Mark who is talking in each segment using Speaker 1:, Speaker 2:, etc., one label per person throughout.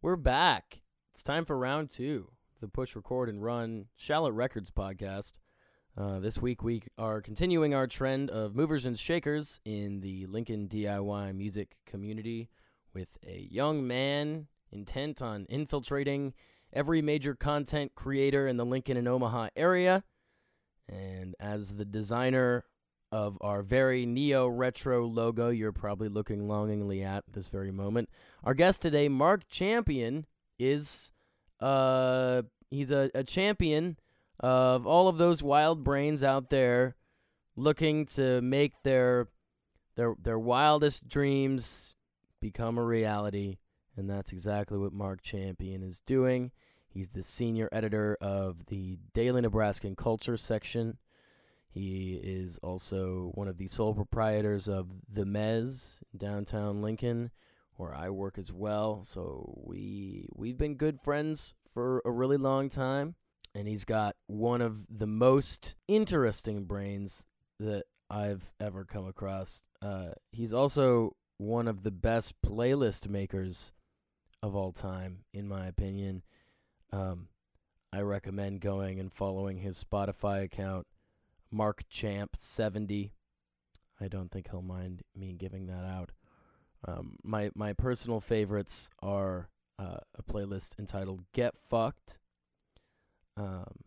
Speaker 1: We're back. It's time for round two, the Push Record and Run Shallow Records podcast. Uh, this week, we are continuing our trend of movers and shakers in the Lincoln DIY music community with a young man intent on infiltrating every major content creator in the Lincoln and Omaha area. And as the designer of our very neo retro logo, you're probably looking longingly at this very moment. Our guest today, Mark Champion, is uh he's a, a champion of all of those wild brains out there looking to make their their their wildest dreams become a reality. And that's exactly what Mark Champion is doing. He's the senior editor of the Daily Nebraskan Culture section. He is also one of the sole proprietors of The Mez, downtown Lincoln, where I work as well. So we we've been good friends for a really long time. And he's got one of the most interesting brains that I've ever come across. Uh, he's also one of the best playlist makers of all time, in my opinion. Um, I recommend going and following his Spotify account, Mark Champ seventy. I don't think he'll mind me giving that out. Um, my my personal favorites are uh, a playlist entitled "Get Fucked." Um,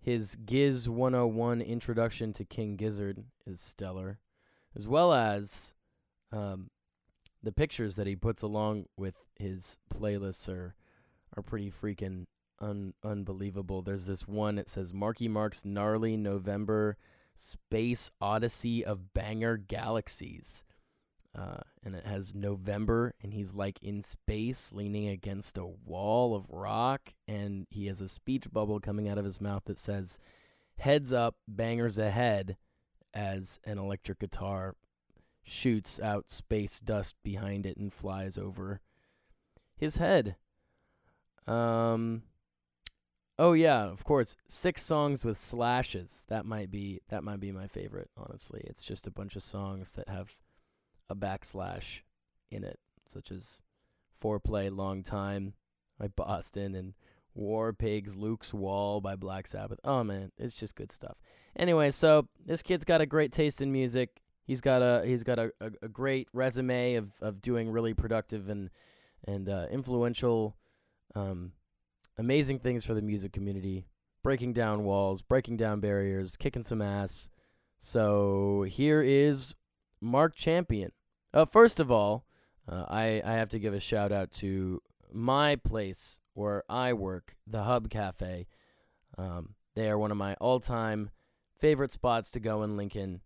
Speaker 1: his Giz 101 introduction to King Gizzard is stellar as well as um, the pictures that he puts along with his playlists are are pretty freaking un- unbelievable. There's this one it says Marky Mark's gnarly November space odyssey of banger galaxies. Uh, and it has November, and he's like in space, leaning against a wall of rock, and he has a speech bubble coming out of his mouth that says, "Heads up, bangers ahead," as an electric guitar shoots out space dust behind it and flies over his head. Um Oh yeah, of course. Six songs with slashes. That might be that might be my favorite, honestly. It's just a bunch of songs that have a backslash in it, such as Foreplay Long Time by Boston and War Pigs Luke's Wall by Black Sabbath. Oh man, it's just good stuff anyway, so this kid's got a great taste in music. He's got a he's got a, a, a great resume of, of doing really productive and and uh, influential, um, amazing things for the music community, breaking down walls, breaking down barriers, kicking some ass. So here is Mark Champion. Uh, first of all, uh, I I have to give a shout out to my place where I work, the Hub Cafe. Um, they are one of my all time favorite spots to go in Lincoln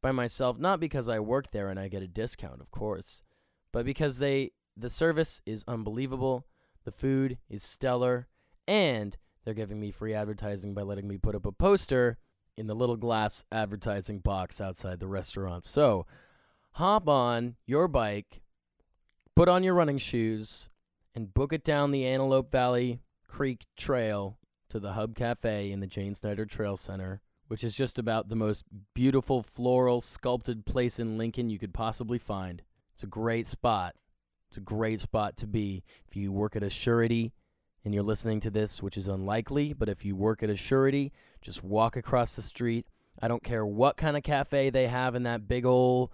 Speaker 1: by myself, not because I work there and I get a discount, of course, but because they the service is unbelievable, the food is stellar, and they're giving me free advertising by letting me put up a poster in the little glass advertising box outside the restaurant. So, hop on your bike, put on your running shoes, and book it down the Antelope Valley Creek Trail to the Hub Cafe in the Jane Snyder Trail Center which is just about the most beautiful floral sculpted place in Lincoln you could possibly find. It's a great spot. It's a great spot to be if you work at a surety and you're listening to this, which is unlikely, but if you work at a surety, just walk across the street. I don't care what kind of cafe they have in that big old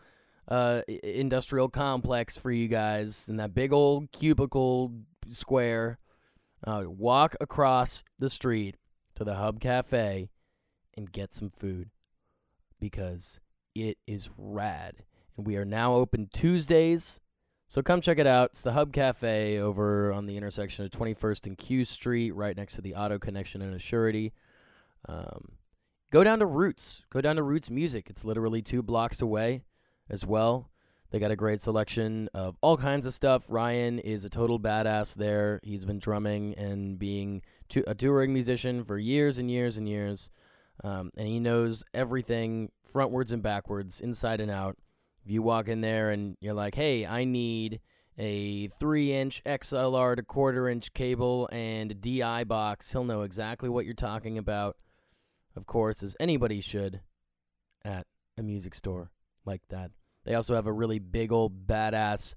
Speaker 1: uh, i- industrial complex for you guys, in that big old cubicle square. Uh, walk across the street to the Hub Cafe and get some food because it is rad. And we are now open Tuesdays. So come check it out. It's the Hub Cafe over on the intersection of 21st and Q Street, right next to the Auto Connection and Assurity. Um, go down to Roots. Go down to Roots Music. It's literally two blocks away as well. They got a great selection of all kinds of stuff. Ryan is a total badass there. He's been drumming and being to- a touring musician for years and years and years um, and he knows everything frontwards and backwards, inside and out. If you walk in there and you're like, "Hey, I need a three-inch XLR to quarter-inch cable and a DI box," he'll know exactly what you're talking about. Of course, as anybody should at a music store like that. They also have a really big old badass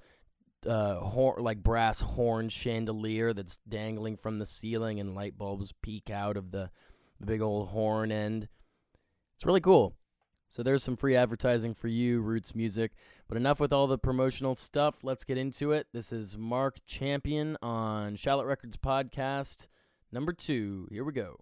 Speaker 1: uh, hor- like brass horn chandelier that's dangling from the ceiling, and light bulbs peek out of the, the big old horn end. It's really cool. So there's some free advertising for you, Roots Music. But enough with all the promotional stuff. Let's get into it. This is Mark Champion on Charlotte Records Podcast number two. Here we go.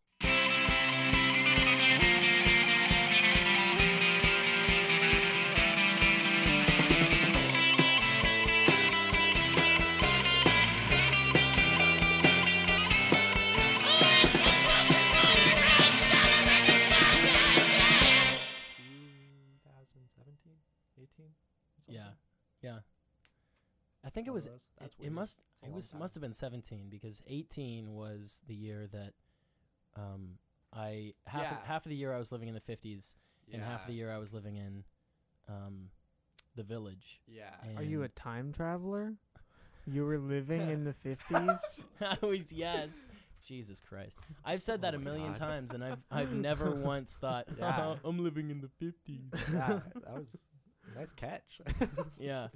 Speaker 1: Yeah, yeah. I think it
Speaker 2: One of
Speaker 1: was.
Speaker 2: those.
Speaker 1: It,
Speaker 2: That's
Speaker 1: it
Speaker 2: weird.
Speaker 1: must.
Speaker 2: It's a
Speaker 1: It
Speaker 2: long
Speaker 1: was
Speaker 2: time.
Speaker 1: must have been seventeen because eighteen was the year that, um, I half of-
Speaker 2: Yeah.
Speaker 1: half of the year I was living in the fifties, and half of the
Speaker 2: Yeah.
Speaker 1: year I was living in, um, the village.
Speaker 2: Yeah.
Speaker 1: And
Speaker 3: Are you a time traveler? You were living in the 50s?
Speaker 1: I was yes. Jesus Christ! I've said that
Speaker 2: Oh
Speaker 1: a
Speaker 2: my
Speaker 1: million
Speaker 2: God.
Speaker 1: times, and I've I've never once thought "Oh,
Speaker 2: Yeah.
Speaker 1: I'm living in the fifties.
Speaker 2: yeah, that was nice catch.
Speaker 1: yeah.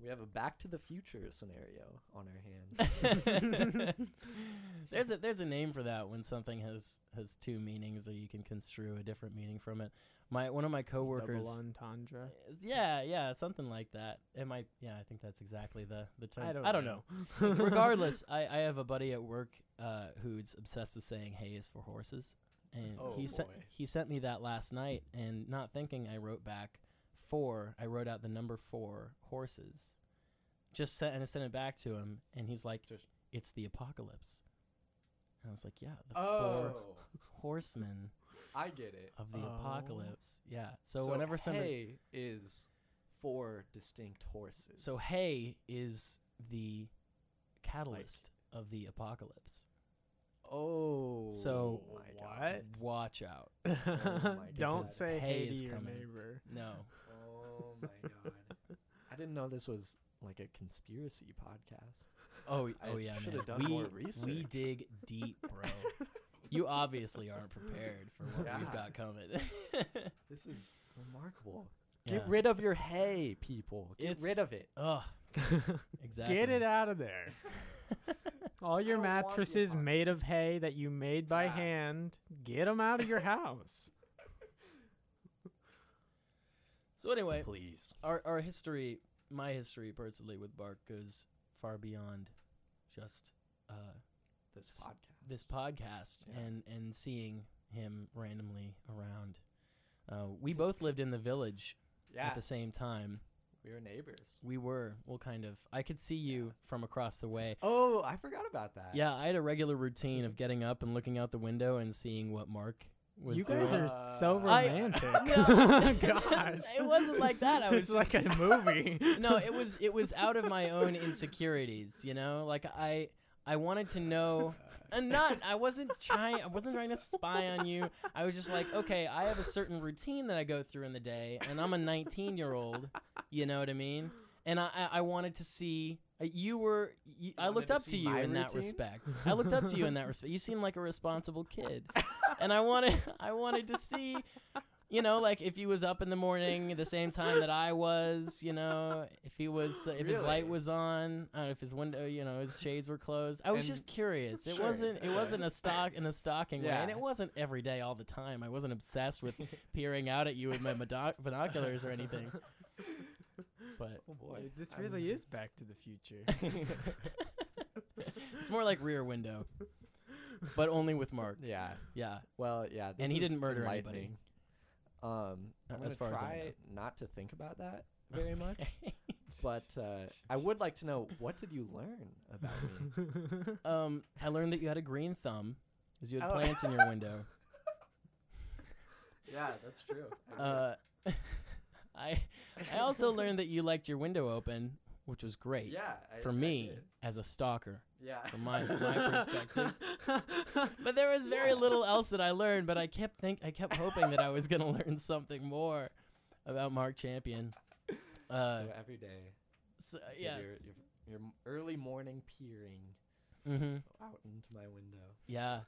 Speaker 2: we have a Back to the Future scenario on our hands.
Speaker 1: there's a there's a name for that when something has has two meanings or you can construe a different meaning from it. My one of my
Speaker 3: Double
Speaker 1: coworkers
Speaker 3: entendre.
Speaker 1: yeah, yeah, something like that. It might yeah, I think that's exactly the the term.
Speaker 3: I don't
Speaker 1: know. Regardless, I I have a buddy at work uh who's obsessed with saying hay is for horses. And
Speaker 2: Oh,
Speaker 1: he sent
Speaker 2: boy.
Speaker 1: he sent me that last night and not thinking I wrote back 4, I wrote out the number 4 horses. Just sent and I sent it back to him and he's like
Speaker 2: Just-
Speaker 1: it's the apocalypse. And I was like, yeah, the four
Speaker 2: oh,
Speaker 1: horsemen
Speaker 2: I get it.
Speaker 1: of the
Speaker 3: Oh.
Speaker 1: apocalypse. Yeah. So, whenever somebody
Speaker 2: hay is four distinct horses.
Speaker 1: so hay is the catalyst of the apocalypse.
Speaker 2: oh,
Speaker 1: So-
Speaker 2: my God.
Speaker 3: What?
Speaker 1: Watch out.
Speaker 2: my
Speaker 3: Don't
Speaker 2: God.
Speaker 3: say
Speaker 1: Hay
Speaker 3: hey to
Speaker 1: is
Speaker 3: your
Speaker 1: coming.
Speaker 3: neighbor.
Speaker 1: No.
Speaker 2: Oh my god! I didn't know this was like a conspiracy podcast.
Speaker 1: Oh,
Speaker 2: I
Speaker 1: oh yeah,
Speaker 2: should
Speaker 1: man.
Speaker 2: have done
Speaker 1: we,
Speaker 2: more
Speaker 1: we
Speaker 2: research.
Speaker 1: dig deep, bro. you obviously aren't prepared for what we've
Speaker 2: Yeah.
Speaker 1: got coming.
Speaker 2: This is remarkable.
Speaker 1: Yeah.
Speaker 2: Get rid of your hay, people. Get
Speaker 1: It's-
Speaker 2: rid of it.
Speaker 1: Ugh, exactly.
Speaker 3: Get it out of there. All your
Speaker 2: don't want the
Speaker 3: mattresses made of hay that you made by
Speaker 2: Yeah.
Speaker 3: hand, get them out of your house.
Speaker 1: So anyway,
Speaker 2: Please.
Speaker 1: our our history, my history personally with Bark goes far beyond just uh
Speaker 2: This
Speaker 1: S-
Speaker 2: podcast.
Speaker 1: this podcast
Speaker 2: Yeah.
Speaker 1: and and seeing him randomly around. Uh, we both lived in the village
Speaker 2: yeah,
Speaker 1: at the same time.
Speaker 2: we were neighbors.
Speaker 1: We were, well, kind of. I could see you from across the way.
Speaker 2: Oh, I forgot about that.
Speaker 1: Yeah, I had a regular routine of getting up and looking out the window and seeing what Mark was
Speaker 3: you guys
Speaker 1: doing.
Speaker 3: are so
Speaker 2: Uh, I-
Speaker 3: romantic.
Speaker 1: No.
Speaker 3: Gosh.
Speaker 1: It wasn't like that. I was
Speaker 3: it's like a movie.
Speaker 1: no, it was it was out of my own insecurities, you know? Like I I wanted to
Speaker 2: Uh,
Speaker 1: know and not I wasn't trying I wasn't trying to spy on you. I was just like, okay, I have a certain routine that I go through in the day and I'm a 19-year-old, you know what I mean? And I I- I wanted to see uh, you were you, I
Speaker 2: wanted
Speaker 1: looked
Speaker 2: to
Speaker 1: up to
Speaker 2: see
Speaker 1: you
Speaker 2: my
Speaker 1: in that
Speaker 2: routine?
Speaker 1: respect. I looked up to you in that respect. You seem like a responsible kid. and I wanted I wanted to see you know, like if he was up in the morning at the same time that I was, you know, if he was, if his light
Speaker 2: Really?
Speaker 1: was on, uh, if his window, you know, his shades were closed. I was
Speaker 2: And-
Speaker 1: just curious. It
Speaker 2: Sure,
Speaker 1: wasn't, it
Speaker 2: okay.
Speaker 1: wasn't a stock in a stalking way, and
Speaker 2: Yeah.
Speaker 1: it wasn't every day all the time. I wasn't obsessed with peering out at you with my modo- binoculars or anything. But
Speaker 2: Oh boy.
Speaker 3: Dude, this
Speaker 2: I'm-
Speaker 3: really is Back to the Future.
Speaker 1: it's more like Rear Window, but only with Mark.
Speaker 2: Yeah.
Speaker 1: Yeah,
Speaker 2: Well, yeah. This
Speaker 1: he didn't
Speaker 2: is
Speaker 1: murder anybody.
Speaker 2: enlightening. Um,
Speaker 1: Uh,
Speaker 2: I'm
Speaker 1: as
Speaker 2: gonna
Speaker 1: far as I
Speaker 2: try
Speaker 1: know.
Speaker 2: not to think about that very much.
Speaker 1: Okay.
Speaker 2: but uh, I would like to know what did you learn about me?
Speaker 1: um, I learned that you had a green thumb, because you had
Speaker 2: Oh.
Speaker 1: plants in your window.
Speaker 2: Yeah, that's true.
Speaker 1: Uh, I I also learned that you liked your window open, which was great
Speaker 2: yeah,
Speaker 1: for me as a stalker,
Speaker 2: yeah,
Speaker 1: from my, my perspective. But there was very little else that I learned. But I kept think I kept hoping that I was gonna learn something more about Mark Champion. Uh,
Speaker 2: so every day,
Speaker 1: so,
Speaker 2: did
Speaker 1: yes.
Speaker 2: your, your, your m- early morning peering
Speaker 1: hmm
Speaker 2: out into my window.
Speaker 1: Yeah.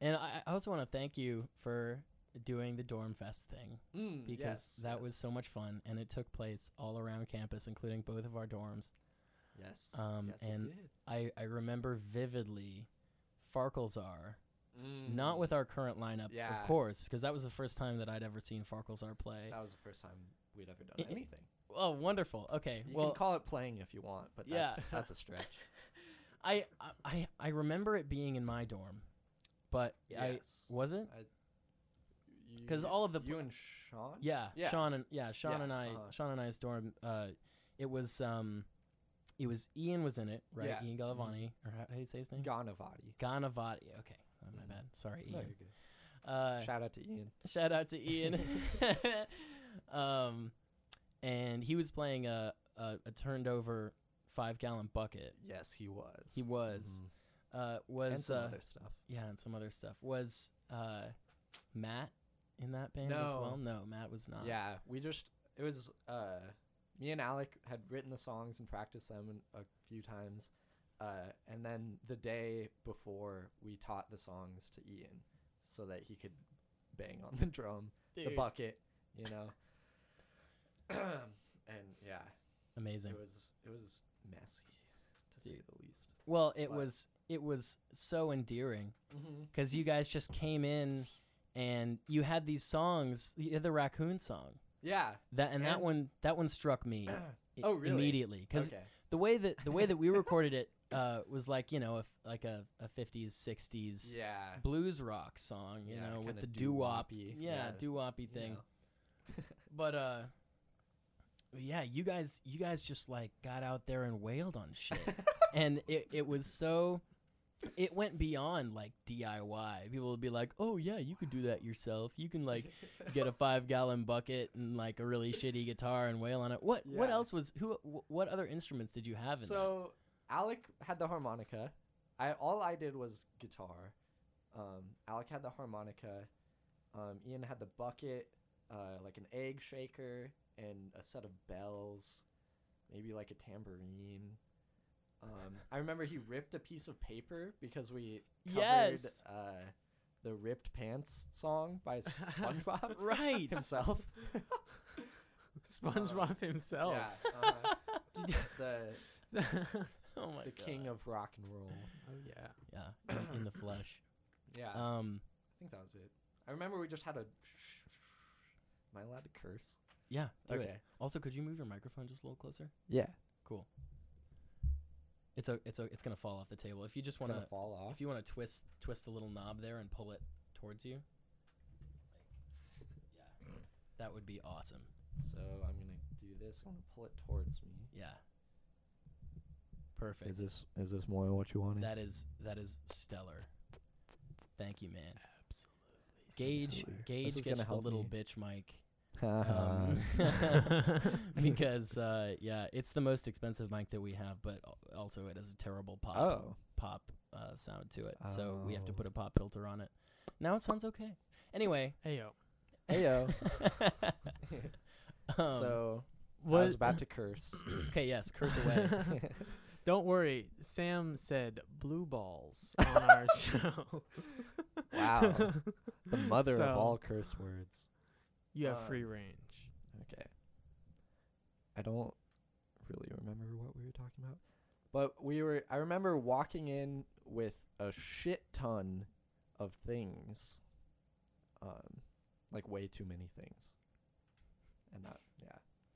Speaker 1: And I, I also want to thank you for doing the dorm fest thing
Speaker 2: Mm,
Speaker 1: because
Speaker 2: yes,
Speaker 1: that
Speaker 2: yes.
Speaker 1: was so much fun and it took place all around campus including both of our dorms
Speaker 2: Yes.
Speaker 1: Um,
Speaker 2: yes,
Speaker 1: and-
Speaker 2: it did.
Speaker 1: I, I remember vividly Farquhar,
Speaker 2: Mm.
Speaker 1: not with our current lineup,
Speaker 2: Mm-hmm. Yeah.
Speaker 1: of course, because that was the first time that I'd ever seen Farquhar play.
Speaker 2: That was the first time we'd ever done
Speaker 1: I- I-
Speaker 2: anything.
Speaker 1: Oh, wonderful. Okay,
Speaker 2: You
Speaker 1: well,
Speaker 2: can call it playing if you want, but
Speaker 1: Yeah.
Speaker 2: that's that's a stretch.
Speaker 1: I, I I remember it being in my dorm, but I
Speaker 2: Yes.
Speaker 1: was it
Speaker 2: You-
Speaker 1: 'cause all of the
Speaker 2: you
Speaker 1: pl-
Speaker 2: and Sean.
Speaker 1: yeah,
Speaker 2: Yeah.
Speaker 1: Sean and yeah Sean
Speaker 2: Yeah,
Speaker 1: and I
Speaker 2: uh-huh.
Speaker 1: Sean and I's dorm uh it was um it was Ian was in it right
Speaker 2: Yeah. Mm-hmm.
Speaker 1: Ian Galavani or how, how do you say his name
Speaker 2: Ganavati.
Speaker 1: Ganavati okay oh, my
Speaker 2: Mhm.
Speaker 1: bad sorry
Speaker 2: No,
Speaker 1: Ian
Speaker 2: you're good.
Speaker 1: uh
Speaker 2: Shout out to Ian.
Speaker 1: Shout out to Ian. um, and he was playing a, a, a turned over five gallon bucket.
Speaker 2: Yes, he was.
Speaker 1: He was
Speaker 2: Mhm.
Speaker 1: uh,
Speaker 2: and
Speaker 1: was
Speaker 2: some
Speaker 1: uh,
Speaker 2: other stuff.
Speaker 1: yeah, and some other stuff. Was uh, Matt in that band as
Speaker 2: No.
Speaker 1: well? No, Matt was not.
Speaker 2: Yeah, we just it was uh me and Alec had written the songs and practiced them a few times. Uh, and then the day before, we taught the songs to Ian so that he could bang on the drum, the bucket, you know. and yeah,
Speaker 1: Amazing.
Speaker 2: it was it was messy to say
Speaker 1: Dude.
Speaker 2: the least.
Speaker 1: well, it
Speaker 2: Wow.
Speaker 1: was it was so endearing
Speaker 2: Mm-hmm.
Speaker 1: because you guys just came in and you had these songs. You had the raccoon song.
Speaker 2: Yeah.
Speaker 1: That and, that
Speaker 2: And-
Speaker 1: one that one struck me i-
Speaker 2: Oh, really?
Speaker 1: immediately because
Speaker 2: Okay.
Speaker 1: the way that the way that we recorded it uh, was like you know a, f- like a, a 50s 60s
Speaker 2: Yeah.
Speaker 1: blues rock song you
Speaker 2: Yeah,
Speaker 1: know with
Speaker 2: kinda
Speaker 1: the doo wop
Speaker 2: doo-woppy,
Speaker 1: yeah,
Speaker 2: yeah,
Speaker 1: doo woppy
Speaker 2: you
Speaker 1: thing
Speaker 2: know.
Speaker 1: but uh yeah you guys you guys just like got out there and wailed on shit and it, it was so it went beyond like DIY people would be like oh yeah you could do that yourself you can like get a 5 gallon bucket and like a really shitty guitar and wail on it what what
Speaker 2: Yeah.
Speaker 1: else was who wh- what other instruments did you have in that?
Speaker 2: so Alec had the harmonica. I all I did was guitar. Um, Alec had the harmonica. Um, Ian had the bucket, uh, like an egg shaker, and a set of bells, maybe like a tambourine. Um, I remember he ripped a piece of paper because we covered
Speaker 1: Yes.
Speaker 2: uh, the ripped pants song by S- SpongeBob
Speaker 1: Right.
Speaker 2: himself.
Speaker 3: SpongeBob himself.
Speaker 2: Yeah, uh-huh. the
Speaker 1: oh my
Speaker 2: the king of rock and roll.
Speaker 3: Oh yeah.
Speaker 1: yeah, in, in the flesh.
Speaker 2: Yeah.
Speaker 1: Um,
Speaker 2: I think that was it. I remember we just had a. Am I allowed to curse?
Speaker 1: yeah. do it. Also, could you move your microphone just a little closer?
Speaker 2: Yeah.
Speaker 1: Cool. It's a, it's a, it's gonna fall off the table. If you just
Speaker 2: It's
Speaker 1: wanna,
Speaker 2: gonna fall off.
Speaker 1: if you wanna twist, twist the little knob there and pull it towards you. yeah, that would be awesome.
Speaker 2: So I'm gonna do this. I'm gonna pull it towards me.
Speaker 1: Yeah. Perfect.
Speaker 2: Is this is this more what you wanted?
Speaker 1: That is that is stellar. Thank you, man. Absolutely. Gage,
Speaker 2: Absolutely. This
Speaker 1: Gage
Speaker 2: is
Speaker 1: gets
Speaker 2: gonna
Speaker 1: the
Speaker 2: help
Speaker 1: little
Speaker 2: me.
Speaker 1: bitch mic.
Speaker 2: um,
Speaker 1: um, because uh, yeah, it's the most expensive mic that we have, but al- also it has a terrible pop
Speaker 2: oh,
Speaker 1: pop uh, sound to it, so we have to
Speaker 2: Oh.
Speaker 1: put a pop filter on it. Now it sounds okay. Anyway,
Speaker 3: Hey yo.
Speaker 2: heyo.
Speaker 1: um,
Speaker 2: so I was
Speaker 3: Was,
Speaker 2: about to curse.
Speaker 1: okay, yes, curse away.
Speaker 3: don't worry. Sam said blue balls on our show.
Speaker 2: Wow. The mother
Speaker 3: So,
Speaker 2: of all curse words.
Speaker 3: You have
Speaker 2: uh,
Speaker 3: free range.
Speaker 2: Okay. I don't really remember what we were talking about. But we were I remember walking in with a shit ton of things. Um like way too many things. And that yeah.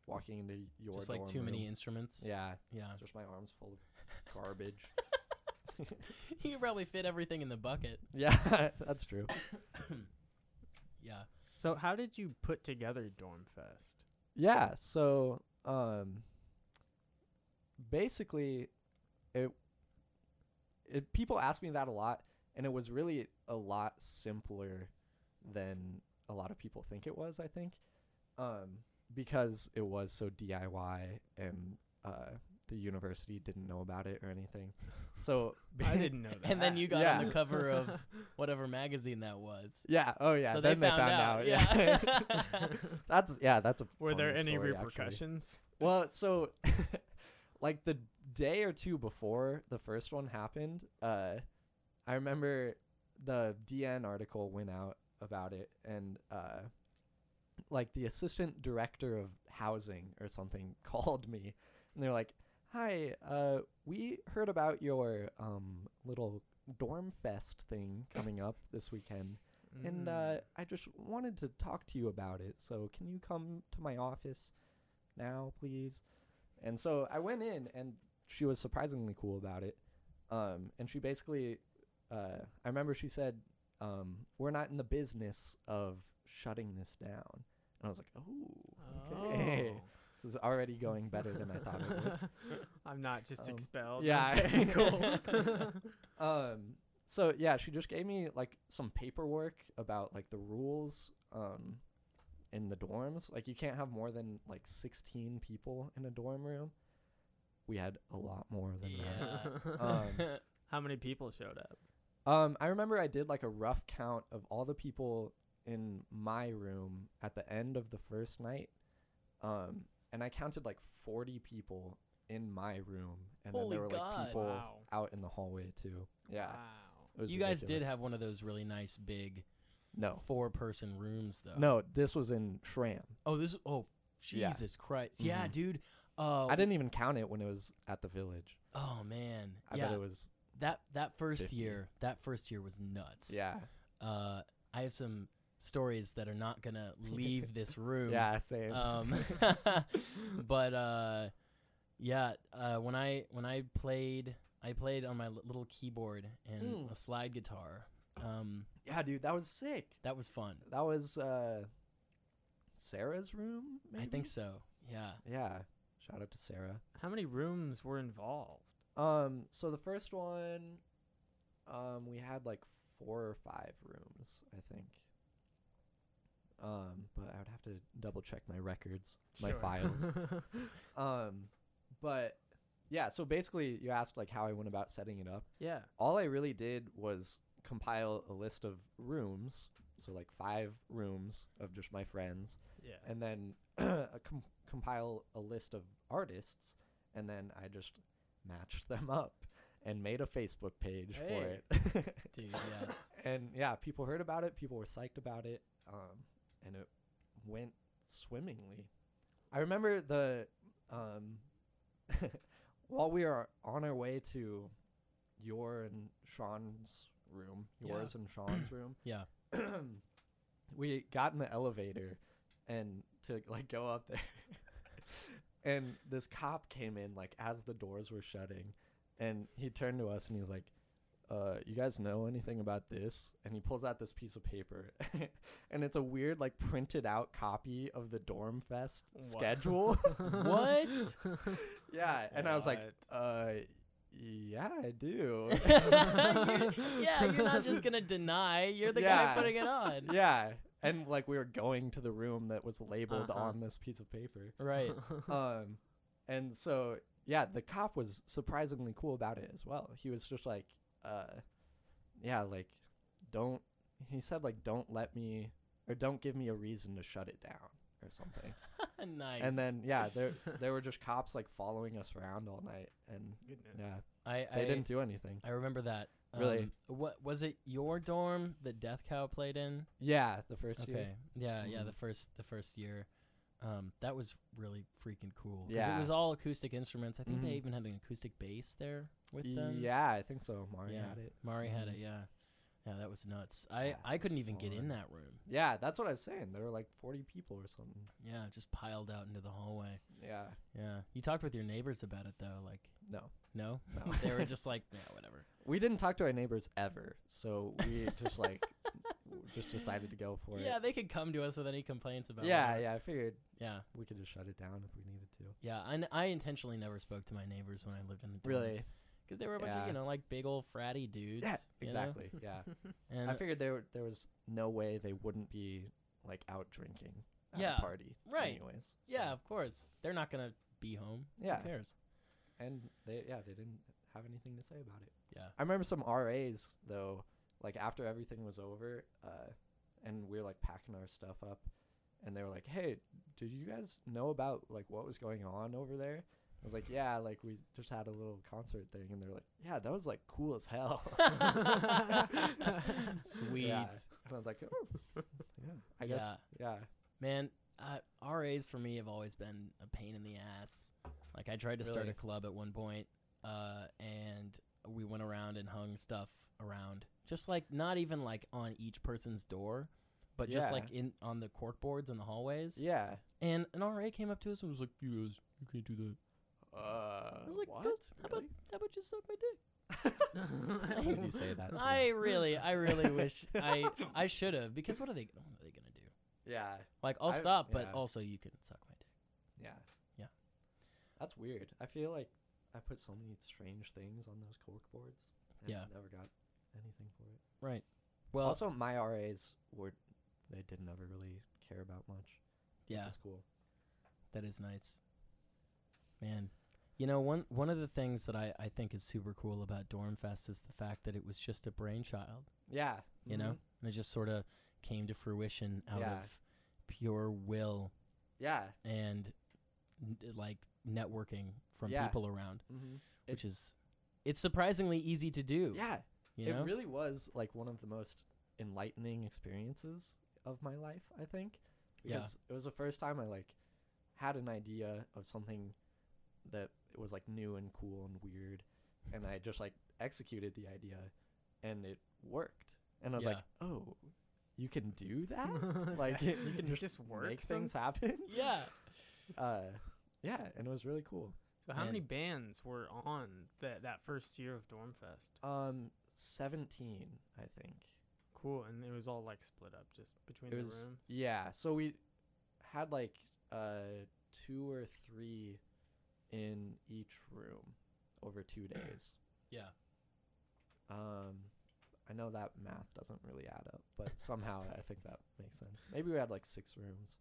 Speaker 2: Walking into your
Speaker 1: Just like
Speaker 2: dorm
Speaker 1: too many
Speaker 2: room.
Speaker 1: instruments.
Speaker 2: Yeah,
Speaker 1: yeah.
Speaker 2: just my arms full of garbage.
Speaker 1: you could probably fit everything in the bucket.
Speaker 2: yeah, that's true.
Speaker 1: Yeah.
Speaker 3: So how did you put together Dormfest?
Speaker 2: Yeah, so um basically it it people ask me that a lot and it was really a lot simpler than a lot of people think it was, I think. Um because it was so DIY and uh the university didn't know about it or anything. So
Speaker 3: I didn't know that.
Speaker 1: And then you got on
Speaker 2: Yeah.
Speaker 1: the cover of whatever magazine that was.
Speaker 2: Yeah, oh yeah,
Speaker 1: so
Speaker 2: then
Speaker 1: they found, out.
Speaker 2: Yeah.
Speaker 1: Yeah.
Speaker 2: that's yeah, that's a
Speaker 3: Were there
Speaker 2: funny
Speaker 3: any
Speaker 2: story, actually.
Speaker 3: repercussions?
Speaker 2: Well, so like the day or two before the first one happened, uh, I remember the DN article went out about it, and uh, like the assistant director of housing or something called me, and they're like, Hi, uh, we heard about your um, little dorm fest thing coming up this weekend, and uh,
Speaker 3: Mm.
Speaker 2: I just wanted to talk to you about it. So, can you come to my office now, please? And so I went in, and she was surprisingly cool about it. Um, and she basically, uh, I remember she said, um, "We're not in the business of shutting this down." And I was like, "Oh, okay."
Speaker 3: Oh.
Speaker 2: This is already going better than I thought it would.
Speaker 3: I'm not just
Speaker 2: Um,
Speaker 3: expelled.
Speaker 2: yeah,
Speaker 3: Okay,
Speaker 2: I-
Speaker 3: cool.
Speaker 2: Um, so yeah, she just gave me like some paperwork about like the rules um in the dorms. Like you can't have more than like 16 people in a dorm room. We had a lot more than Um,
Speaker 3: How many people showed up?
Speaker 2: that. Um, I remember I did like a rough count of all the people in my room at the end of the first night. Um, and I counted like 40 people in my room and then
Speaker 1: Holy
Speaker 2: there were
Speaker 1: God.
Speaker 2: like people
Speaker 3: Wow.
Speaker 2: out in the hallway too. Yeah.
Speaker 3: Wow.
Speaker 2: it was
Speaker 1: you guys did
Speaker 2: ridiculous.
Speaker 1: have one of those really nice big
Speaker 2: no
Speaker 1: four person rooms though.
Speaker 2: No, this was in Shram.
Speaker 1: Oh, this. Oh,
Speaker 2: Yeah.
Speaker 1: Jesus Christ. Yeah,
Speaker 2: Mhm.
Speaker 1: dude. Uh,
Speaker 2: I didn't even count it when it was at the village.
Speaker 1: Oh man.
Speaker 2: I
Speaker 1: yeah.
Speaker 2: bet it was.
Speaker 1: that that first
Speaker 2: 50.
Speaker 1: year. That first year was nuts.
Speaker 2: Yeah.
Speaker 1: Uh, I have some stories that are not gonna leave this room.
Speaker 2: Yeah, same.
Speaker 1: Um, but uh, yeah. Uh, when I when I played, I played on my l- little keyboard and
Speaker 2: Mm.
Speaker 1: a slide guitar. Um,
Speaker 2: yeah, dude, that was sick.
Speaker 1: that was fun.
Speaker 2: That was uh, Sarah's room. Maybe?
Speaker 1: I think so. Yeah.
Speaker 2: Yeah. Shout out to Sarah.
Speaker 3: How many rooms were involved?
Speaker 2: Um, so the first one, um, we had like four or five rooms, I think. Um, but I would have to double check my records, my
Speaker 3: Sure.
Speaker 2: files. um, but yeah, so basically, you asked like how I went about setting it up.
Speaker 3: yeah.
Speaker 2: all I really did was compile a list of rooms, so like five rooms of just my friends,
Speaker 3: Yeah.
Speaker 2: and then a com- compile a list of artists, and then I just matched them up and made a Facebook page
Speaker 3: Hey.
Speaker 2: for it.
Speaker 1: Dude, yeah. it's-
Speaker 2: and yeah, people heard about it, people were psyched about it, um, and it went swimmingly. I remember the um, while we are on our way to your and Sean's room,
Speaker 1: Yeah.
Speaker 2: yours and Sean's room.
Speaker 1: Yeah.
Speaker 2: we got in the elevator and to like go up there. and this cop came in like as the doors were shutting and he turned to us and he's like uh, you guys know anything about this? And he pulls out this piece of paper, and it's a weird, like, printed out copy of the Dorm Fest
Speaker 3: Wha-
Speaker 2: schedule.
Speaker 1: What?
Speaker 2: yeah, and I was like,
Speaker 3: What?
Speaker 2: uh, yeah, I do.
Speaker 1: You're- yeah, you're not just gonna deny. You're the guy
Speaker 2: Yeah.
Speaker 1: putting it on.
Speaker 2: yeah, and like we were going to the room that was labeled
Speaker 3: Uh-huh.
Speaker 2: on this piece of paper.
Speaker 1: Right.
Speaker 2: um, and so yeah, the cop was surprisingly cool about it as well. He was just like, uh, yeah, like don't. He said like don't let me or don't give me a reason to shut it down or something.
Speaker 1: nice.
Speaker 2: And then yeah, there there were just cops like following us around all night, and
Speaker 3: Goodness.
Speaker 2: yeah,
Speaker 1: I I,
Speaker 2: they didn't do anything.
Speaker 1: I remember that.
Speaker 2: Really?
Speaker 1: Um, What was it? Your dorm that Death Cow played in?
Speaker 2: Yeah, the first
Speaker 1: Okay.
Speaker 2: year.
Speaker 1: Yeah, yeah.
Speaker 2: Mhm.
Speaker 1: The first the first year, um, that was really freaking cool. 'cause
Speaker 2: Yeah.
Speaker 1: It was all acoustic instruments. I think they
Speaker 2: Mhm.
Speaker 1: even had an acoustic bass there with them.
Speaker 2: Yeah, I think so. Mari
Speaker 1: Yeah.
Speaker 2: had it.
Speaker 1: Mari had
Speaker 2: Mhm.
Speaker 1: it. Yeah. Yeah, that was nuts. I
Speaker 2: Yeah,
Speaker 1: I
Speaker 2: that's
Speaker 1: couldn't even get in
Speaker 2: fun.
Speaker 1: that room.
Speaker 2: Yeah, that's what I was saying. There were like forty people or something.
Speaker 1: Yeah, just piled out into the hallway.
Speaker 2: Yeah.
Speaker 1: Yeah. You talked with your neighbors about it though, like
Speaker 2: No.
Speaker 1: no?
Speaker 2: No.
Speaker 1: they were just like, yeah, whatever.
Speaker 2: We didn't talk to our neighbors ever, so we just like just decided to go for
Speaker 1: yeah,
Speaker 2: it.
Speaker 1: they could come to us with any complaints about
Speaker 2: yeah,
Speaker 1: whatever.
Speaker 2: yeah. I figured
Speaker 1: yeah,
Speaker 2: we could just shut it down if we needed to.
Speaker 1: yeah. I, n- I intentionally never spoke to my neighbors when I lived in the dorms
Speaker 2: Really?
Speaker 1: because they were a bunch of
Speaker 2: Yeah.
Speaker 1: you know like big old fratty dudes.
Speaker 2: Yeah,
Speaker 1: you know?
Speaker 2: exactly. Yeah.
Speaker 1: And
Speaker 2: I figured there were- there was no way they wouldn't be like out drinking at
Speaker 1: Yeah,
Speaker 2: a party.
Speaker 1: right.
Speaker 2: Anyways. so-
Speaker 1: yeah, of course they're not gonna be home.
Speaker 2: Yeah.
Speaker 1: Who cares?
Speaker 2: And they yeah they didn't have anything to say about it.
Speaker 1: Yeah.
Speaker 2: I remember some RAs though, like after everything was over, uh, and we were like packing our stuff up, and they were like, "Hey, did you guys know about like what was going on over there?" I was like, "Yeah, like we just had a little concert thing," and they're like, "Yeah, that was like cool as hell."
Speaker 1: Sweet
Speaker 2: And I was like, "Oh, yeah, I guess, yeah,
Speaker 1: man. Uh, RAs for me have always been a pain in the ass. Like I tried to start a
Speaker 2: Really?
Speaker 1: club at one point, uh, and we went around and hung stuff around, just like not even like on each person's door, but just
Speaker 2: Yeah.
Speaker 1: like in on the cork boards in the hallways.
Speaker 2: Yeah.
Speaker 1: And an RA came up to us and was like, "You guys, you can't do that."
Speaker 2: Uh,
Speaker 1: was like,
Speaker 2: what?
Speaker 1: "That's- how about
Speaker 2: Really?
Speaker 1: how about just suck my dick?
Speaker 2: Did you say that?
Speaker 1: I really, I really wish I I should have because what are they? What are they gonna do?
Speaker 2: Yeah.
Speaker 1: Like I'll
Speaker 2: I-
Speaker 1: stop, but
Speaker 2: yeah.
Speaker 1: also you can suck my dick.
Speaker 2: Yeah.
Speaker 1: Yeah.
Speaker 2: That's weird. I feel like I put so many strange things on those cork boards. And
Speaker 1: Yeah.
Speaker 2: Never got anything for it.
Speaker 1: Right. Well,
Speaker 2: also, my RAs were they didn't ever really care about much.
Speaker 1: yeah.
Speaker 2: It's cool.
Speaker 1: That is nice. Man. You know, one one of the things that I, I think is super cool about Dormfest is the fact that it was just a brainchild,
Speaker 2: Yeah.
Speaker 1: you know?
Speaker 2: mhm.
Speaker 1: And it just sort of came to fruition out
Speaker 2: Yeah.
Speaker 1: of pure will
Speaker 2: Yeah.
Speaker 1: and n- like networking from
Speaker 2: Yeah.
Speaker 1: people around,
Speaker 2: Mm-hmm.
Speaker 1: which is it's surprisingly easy to do.
Speaker 2: Yeah.
Speaker 1: You know?
Speaker 2: It really was like one of the most enlightening experiences of my life, I think.
Speaker 1: Yeah.
Speaker 2: Because it was the first time I like had an idea of something that was like new and cool and weird and I just like executed the idea and it worked. And I was like, "Oh, you can do that? like you can just, make things happen?"
Speaker 1: yeah.
Speaker 2: Uh yeah, and it was really cool.
Speaker 3: So how
Speaker 1: Man.
Speaker 3: many bands were on that that first year of Dormfest?
Speaker 2: Um 17, I think.
Speaker 3: Cool, and it was all like split up just between
Speaker 2: it
Speaker 3: the
Speaker 2: was
Speaker 3: rooms.
Speaker 2: yeah so we had like uh two or three in each room over two days
Speaker 1: Yeah.
Speaker 2: um i know that math doesn't really add up but somehow i think that makes sense maybe we had like six rooms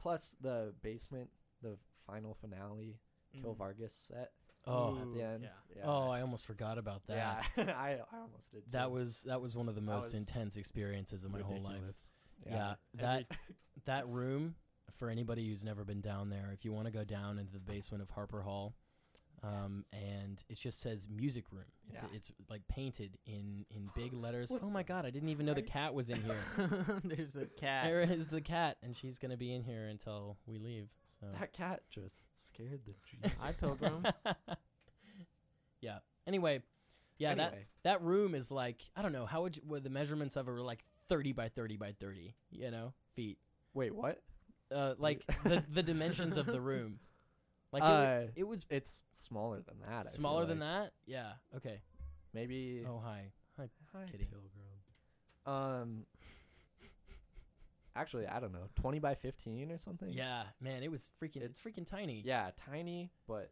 Speaker 2: plus the basement the final finale kill vargas set
Speaker 1: Oh.
Speaker 2: at the
Speaker 3: Mm. Ooh,
Speaker 2: end
Speaker 3: yeah.
Speaker 1: Oh, I almost forgot about that.
Speaker 2: yeah, I, I almost did too.
Speaker 1: That was that was one of the most
Speaker 2: was
Speaker 1: intense experiences of my whole life.
Speaker 2: Ridiculous.
Speaker 1: Yeah, that that room for anybody who's never been down there. If you want to go down into the basement of Harper Hall, um,
Speaker 2: Yes.
Speaker 1: and it just says music room. It's
Speaker 2: Yeah.
Speaker 1: it's like painted in in big letters.
Speaker 2: What
Speaker 1: oh my god, I didn't even know the cat
Speaker 2: Christ.
Speaker 1: was in here.
Speaker 3: There's a cat.
Speaker 1: there is the cat, and she's gonna be in here until we leave. So
Speaker 2: that cat just scared the Jesus.
Speaker 3: I told them.
Speaker 1: yeah. Anyway, yeah that
Speaker 2: anyway,
Speaker 1: that room is like I don't know how would you, well, the measurements of it were like thirty by thirty by thirty, you know, feet.
Speaker 2: wait, what?
Speaker 1: uh, like the the dimensions of the room. Like it, wa-
Speaker 2: Uh,
Speaker 1: it was
Speaker 2: It's smaller than that. I feel
Speaker 1: smaller than
Speaker 2: like.
Speaker 1: that. Yeah. Okay.
Speaker 2: Maybe.
Speaker 1: Oh hi.
Speaker 2: Hi,
Speaker 1: kitty.
Speaker 2: Pilgrim. Um. Actually, I don't know. Twenty by fifteen or something.
Speaker 1: Yeah, man, it was freaking. It's,
Speaker 2: It's-
Speaker 1: freaking tiny.
Speaker 2: Yeah, tiny but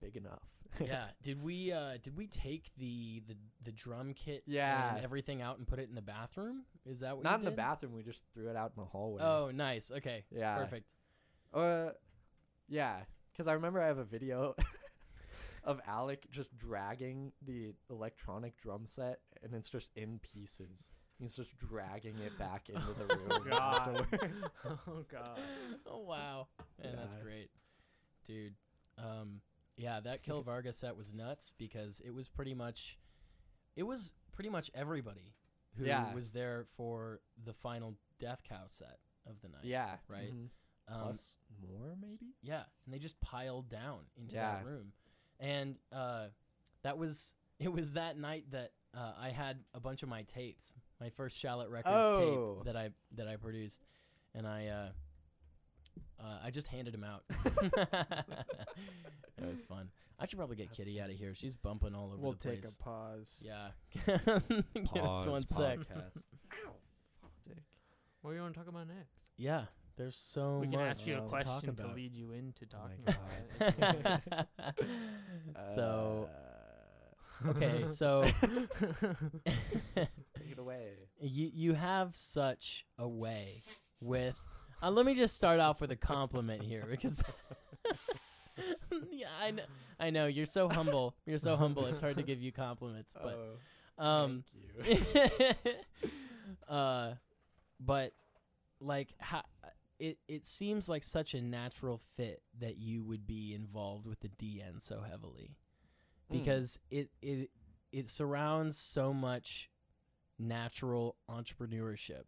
Speaker 2: big enough.
Speaker 1: Yeah. Did we uh did we take the the the drum kit?
Speaker 2: Yeah.
Speaker 1: And everything out and put it in the bathroom. Is that what? you
Speaker 2: Not in the
Speaker 1: did?
Speaker 2: bathroom. We just threw it out in the hallway.
Speaker 1: Oh, nice. Okay.
Speaker 2: Yeah.
Speaker 1: Perfect.
Speaker 2: Uh, yeah. Because I remember I have a video of Alec just dragging the electronic drum set, and it's just in pieces. He's just dragging it back into the room.
Speaker 3: God.
Speaker 2: afterward.
Speaker 3: oh god.
Speaker 1: oh wow. Man, that's
Speaker 2: Yeah.
Speaker 1: great, dude. Um, yeah, that Kill Vargas set was nuts because it was pretty much, it was pretty much everybody who
Speaker 2: Yeah.
Speaker 1: was there for the final Death Cow set of the night.
Speaker 2: Yeah.
Speaker 1: Right.
Speaker 2: mhm.
Speaker 1: Um,
Speaker 2: Plus more, maybe.
Speaker 1: yeah, and they just piled down into that
Speaker 2: Yeah.
Speaker 1: room, and uh, that was it. Was that night that uh, I had a bunch of my tapes, my first Shallot Records
Speaker 2: Oh.
Speaker 1: tape that I that I produced, and I uh, uh, I just handed them out. it was fun. I should probably get
Speaker 2: That's
Speaker 1: Kitty out of here. She's bumping all over
Speaker 3: We'll
Speaker 1: the
Speaker 3: take
Speaker 1: place.
Speaker 3: a pause.
Speaker 1: yeah, Give us one sec.
Speaker 2: podcast. Ow. Dick.
Speaker 3: What do you want to talk about next?
Speaker 1: Yeah, there's so
Speaker 3: we
Speaker 1: much.
Speaker 3: can ask you a
Speaker 2: to talk
Speaker 3: question to,
Speaker 1: about.
Speaker 3: lead you into
Speaker 2: Oh my
Speaker 3: talking about it.
Speaker 2: God.
Speaker 1: so
Speaker 2: Uh,
Speaker 1: okay, so
Speaker 2: take it away.
Speaker 1: you you have such a way with. Uh, let me just start off with a compliment here because. yeah, I know, I know you're so humble. You're so humble. It's hard to give you compliments, but
Speaker 2: oh,
Speaker 1: um,
Speaker 2: thank you.
Speaker 1: uh, but like how it it seems like such a natural fit that you would be involved with the DN so heavily
Speaker 2: Mm.
Speaker 1: because it it it surrounds so much natural entrepreneurship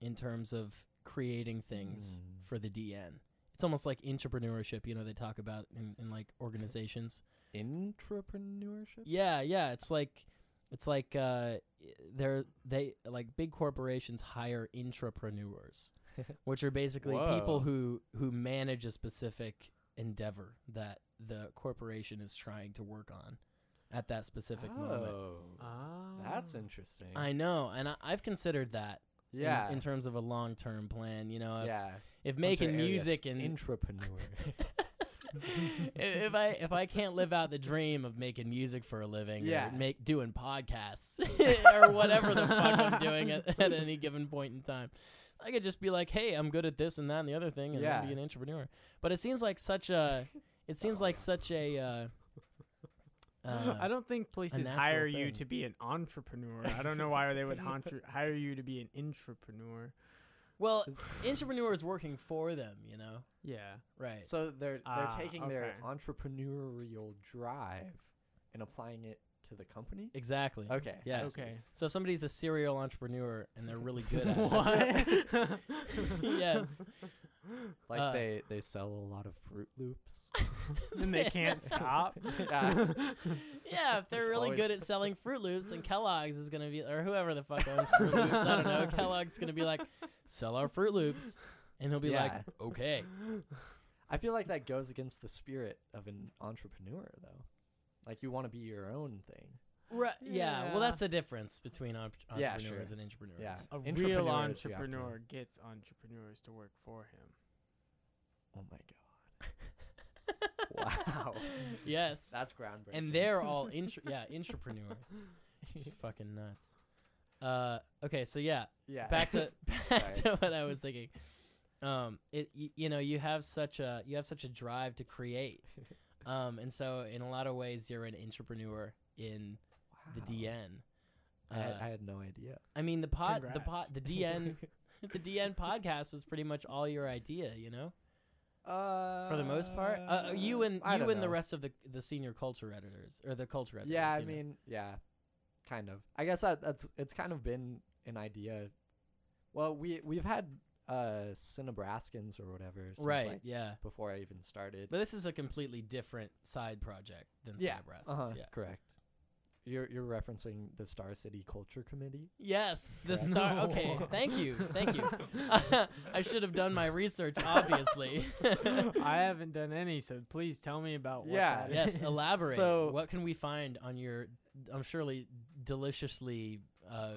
Speaker 1: in terms of creating things
Speaker 2: Mm.
Speaker 1: for the DN. it's almost like entrepreneurship, you know, they talk about in, in like organizations.
Speaker 2: Entrepreneurship.
Speaker 1: Yeah, yeah. It's like it's like uh, they're they like big corporations hire intrapreneurs, which are basically
Speaker 2: Whoa.
Speaker 1: people who who manage a specific endeavor that the corporation is trying to work on at that specific moment.
Speaker 2: Oh,
Speaker 3: Ah.
Speaker 2: that's interesting.
Speaker 1: I know, and I, I've considered that in-
Speaker 2: yeah.
Speaker 1: in, terms of a long term plan. You know, if,
Speaker 2: yeah.
Speaker 1: if
Speaker 2: Once your
Speaker 1: making
Speaker 2: area is
Speaker 1: music and
Speaker 2: entrepreneur.
Speaker 1: if if I if I can't live out the dream of making music for a living,
Speaker 2: Yeah.
Speaker 1: or make doing podcasts or whatever the fuck I'm doing at, at any given point in time, I could just be like, hey, I'm good at this and that and the other thing, and then
Speaker 2: Yeah.
Speaker 1: be an entrepreneur. But it seems like such a it seems like such a uh, uh,
Speaker 3: I don't think places
Speaker 1: natural
Speaker 3: hire you
Speaker 1: thing.
Speaker 3: to be an entrepreneur. I don't know why they would entre- hire you to be an intrapreneur.
Speaker 1: well, entrepreneur is working for them, you know,
Speaker 3: Yeah.
Speaker 1: right?
Speaker 2: so they're they're
Speaker 3: Ah,
Speaker 2: taking their
Speaker 3: okay.
Speaker 2: entrepreneurial drive and applying it to the company.
Speaker 1: exactly.
Speaker 3: Uh,
Speaker 2: Okay.
Speaker 1: Yes.
Speaker 3: Okay.
Speaker 1: So if somebody's a serial entrepreneur and they're really good at it,
Speaker 3: what?
Speaker 1: yes,
Speaker 2: Like
Speaker 1: Uh,
Speaker 2: they they sell a lot of Fruit Loops.
Speaker 3: and they can't stop.
Speaker 2: yeah.
Speaker 1: Yeah, if they're
Speaker 2: There's
Speaker 1: really
Speaker 2: always-
Speaker 1: good at selling Fruit Loops, then Kellogg's is gonna be, or whoever the fuck owns Fruit Loops, I don't know. Kellogg's gonna be like, sell our Fruit Loops, and he'll be like,
Speaker 2: Yeah.
Speaker 1: okay,
Speaker 2: I feel like that goes against the spirit of an entrepreneur, though. Like you want to be your own thing.
Speaker 1: right, yeah. Well,
Speaker 3: Yeah.
Speaker 1: that's the difference between op-
Speaker 2: Yeah,
Speaker 1: entrepreneurs
Speaker 2: sure.
Speaker 1: and entrepreneurs.
Speaker 2: Yeah.
Speaker 3: A real
Speaker 2: Entrepreneurs, you have to-
Speaker 3: entrepreneur gets entrepreneurs to work for him.
Speaker 2: Oh my god! wow,
Speaker 1: Yes.
Speaker 2: that's groundbreaking.
Speaker 1: and they're all intra- yeah, entrepreneurs. Just fucking nuts. Uh, okay, so yeah,
Speaker 2: yeah.
Speaker 1: back to back to
Speaker 2: Sorry.
Speaker 1: what I was thinking. Um, it you, you know you have such a you have such a drive to create, um, and so in a lot of ways you're an entrepreneur in the
Speaker 2: Wow.
Speaker 1: DN. Uh,
Speaker 2: I, had, I
Speaker 1: I,
Speaker 2: had no idea.
Speaker 1: mean the pod the pod
Speaker 3: Congrats.
Speaker 1: the DN the DN podcast was pretty much all your idea, you know,
Speaker 2: Uh,
Speaker 1: for the most part. Uh, you and
Speaker 2: I
Speaker 1: you
Speaker 2: don't
Speaker 1: and the
Speaker 2: know.
Speaker 1: rest of the the senior culture editors or the culture editors.
Speaker 2: Yeah, I
Speaker 1: you know.
Speaker 2: mean, yeah, kind of. I guess that, that's it's kind of been an idea. Well, we we've had uh Cinebraskins or whatever, since,
Speaker 1: right?
Speaker 2: like,
Speaker 1: yeah,
Speaker 2: before I even started.
Speaker 1: but this is a completely different side project than
Speaker 2: Yeah,
Speaker 1: Cyberascus.
Speaker 2: Uh-huh,
Speaker 1: Yeah.
Speaker 2: correct. You're you're referencing the Star City Culture Committee.
Speaker 1: Yes, the
Speaker 2: Yeah.
Speaker 1: star.
Speaker 3: No.
Speaker 1: Okay, thank you, thank you. I should have done my research, obviously.
Speaker 3: I haven't done any, so please tell me about what
Speaker 2: Yeah.
Speaker 3: that
Speaker 1: yes,
Speaker 3: is.
Speaker 1: elaborate.
Speaker 2: So-
Speaker 1: what can we find on your, I'm surely deliciously uh,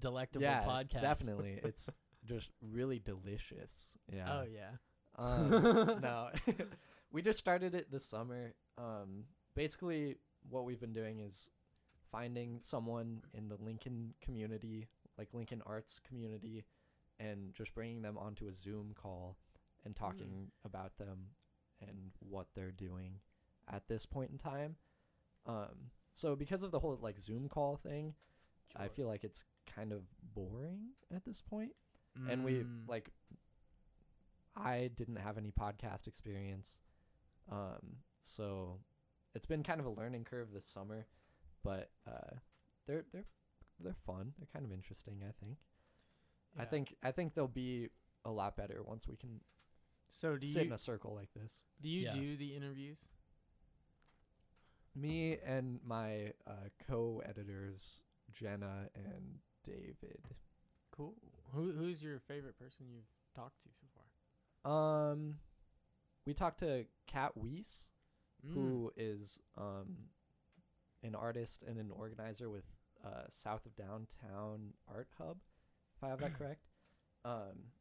Speaker 1: delectable
Speaker 2: yeah,
Speaker 1: podcast?
Speaker 2: definitely. It's just really delicious. Yeah.
Speaker 3: Oh yeah.
Speaker 2: Um, no, we just started it this summer. Um, basically, what we've been doing is finding someone in the Lincoln community, like Lincoln arts community, and just bringing them onto a Zoom call and talking about them and what they're doing at this point in time. Um, so because of the whole like Zoom call thing, I feel like it's kind of boring at this point and we
Speaker 3: Mm.
Speaker 2: like i didn't have any podcast experience um so it's been kind of a learning curve this summer but uh they're they're they're fun they're kind of interesting i think i
Speaker 3: Yeah.
Speaker 2: think i think they'll be a lot better once we can
Speaker 3: So do
Speaker 2: sit
Speaker 3: you
Speaker 2: in a circle like this
Speaker 3: do you
Speaker 1: Yeah.
Speaker 3: do the interviews? Uh-huh.
Speaker 2: me and my uh, co-editors jenna and david
Speaker 3: Cool. Who who's your favorite person you've talked to so far?
Speaker 2: um we talked to kat weiss
Speaker 1: Mm.
Speaker 2: who is um, an artist and an organizer with uh, South of Downtown Art Hub, if I have that correct. Um,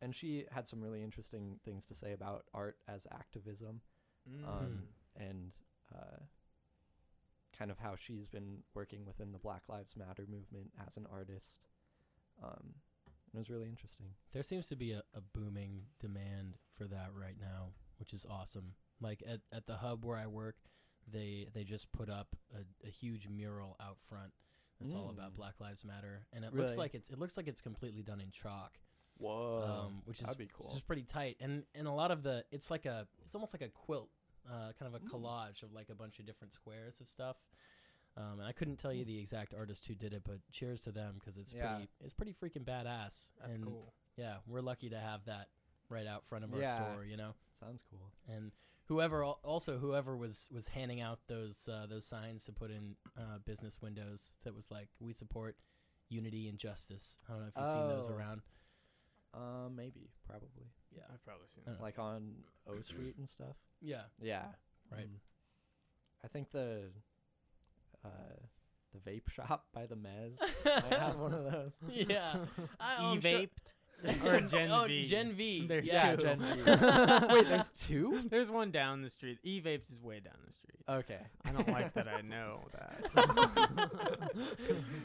Speaker 2: and she had some really interesting things to say about art as activism
Speaker 3: Mm.
Speaker 2: um,
Speaker 1: Hmm.
Speaker 2: and uh, kind of how she's been working within the Black Lives Matter movement as an artist. Um, it was really interesting.
Speaker 1: There seems to be a, a booming demand for that right now, which is awesome. Like at, at the hub where I work, they they just put up a, a huge mural out front. That's all about
Speaker 2: Mm.
Speaker 1: Black Lives Matter, and it
Speaker 2: Really?
Speaker 1: looks like it's it looks like it's completely done in chalk,
Speaker 2: Whoa,
Speaker 1: um, which is
Speaker 2: that'd be
Speaker 1: which
Speaker 2: cool.
Speaker 1: is pretty tight. And and a lot of the it's like a it's almost like a quilt, uh, kind of
Speaker 2: Mm.
Speaker 1: a collage of like a bunch of different squares of stuff. Um, and I couldn't tell you the exact artist who did it, but cheers to them because it's
Speaker 2: Mm. Yeah.
Speaker 1: pretty it's pretty freaking badass.
Speaker 3: That's
Speaker 1: and
Speaker 3: cool.
Speaker 1: yeah, we're lucky to have that right out front of our
Speaker 2: Yeah.
Speaker 1: store, you know.
Speaker 2: Sounds cool.
Speaker 1: And whoever al- also whoever was was handing out those uh, those signs to put in uh, business windows that was like we support unity and justice. I don't know if you've seen those
Speaker 2: Oh.
Speaker 1: around.
Speaker 2: Um, maybe, probably,
Speaker 1: Yeah.
Speaker 3: I've probably seen
Speaker 1: Uh,
Speaker 3: that.
Speaker 2: like on O Street and stuff.
Speaker 1: Yeah.
Speaker 2: Yeah.
Speaker 1: Right.
Speaker 2: Mm. I think the uh, the vape shop by the Mez. I had one of those.
Speaker 1: yeah. I, oh, I'm sure-
Speaker 3: E-vaped. Or Gen
Speaker 1: oh,
Speaker 3: V.
Speaker 1: Gen V.
Speaker 3: There's
Speaker 1: yeah.
Speaker 2: two. Gen
Speaker 3: V.
Speaker 2: Wait, there's two?
Speaker 3: There's one down the street. E-vapes is way down the street.
Speaker 2: Okay.
Speaker 3: I don't like that I know that.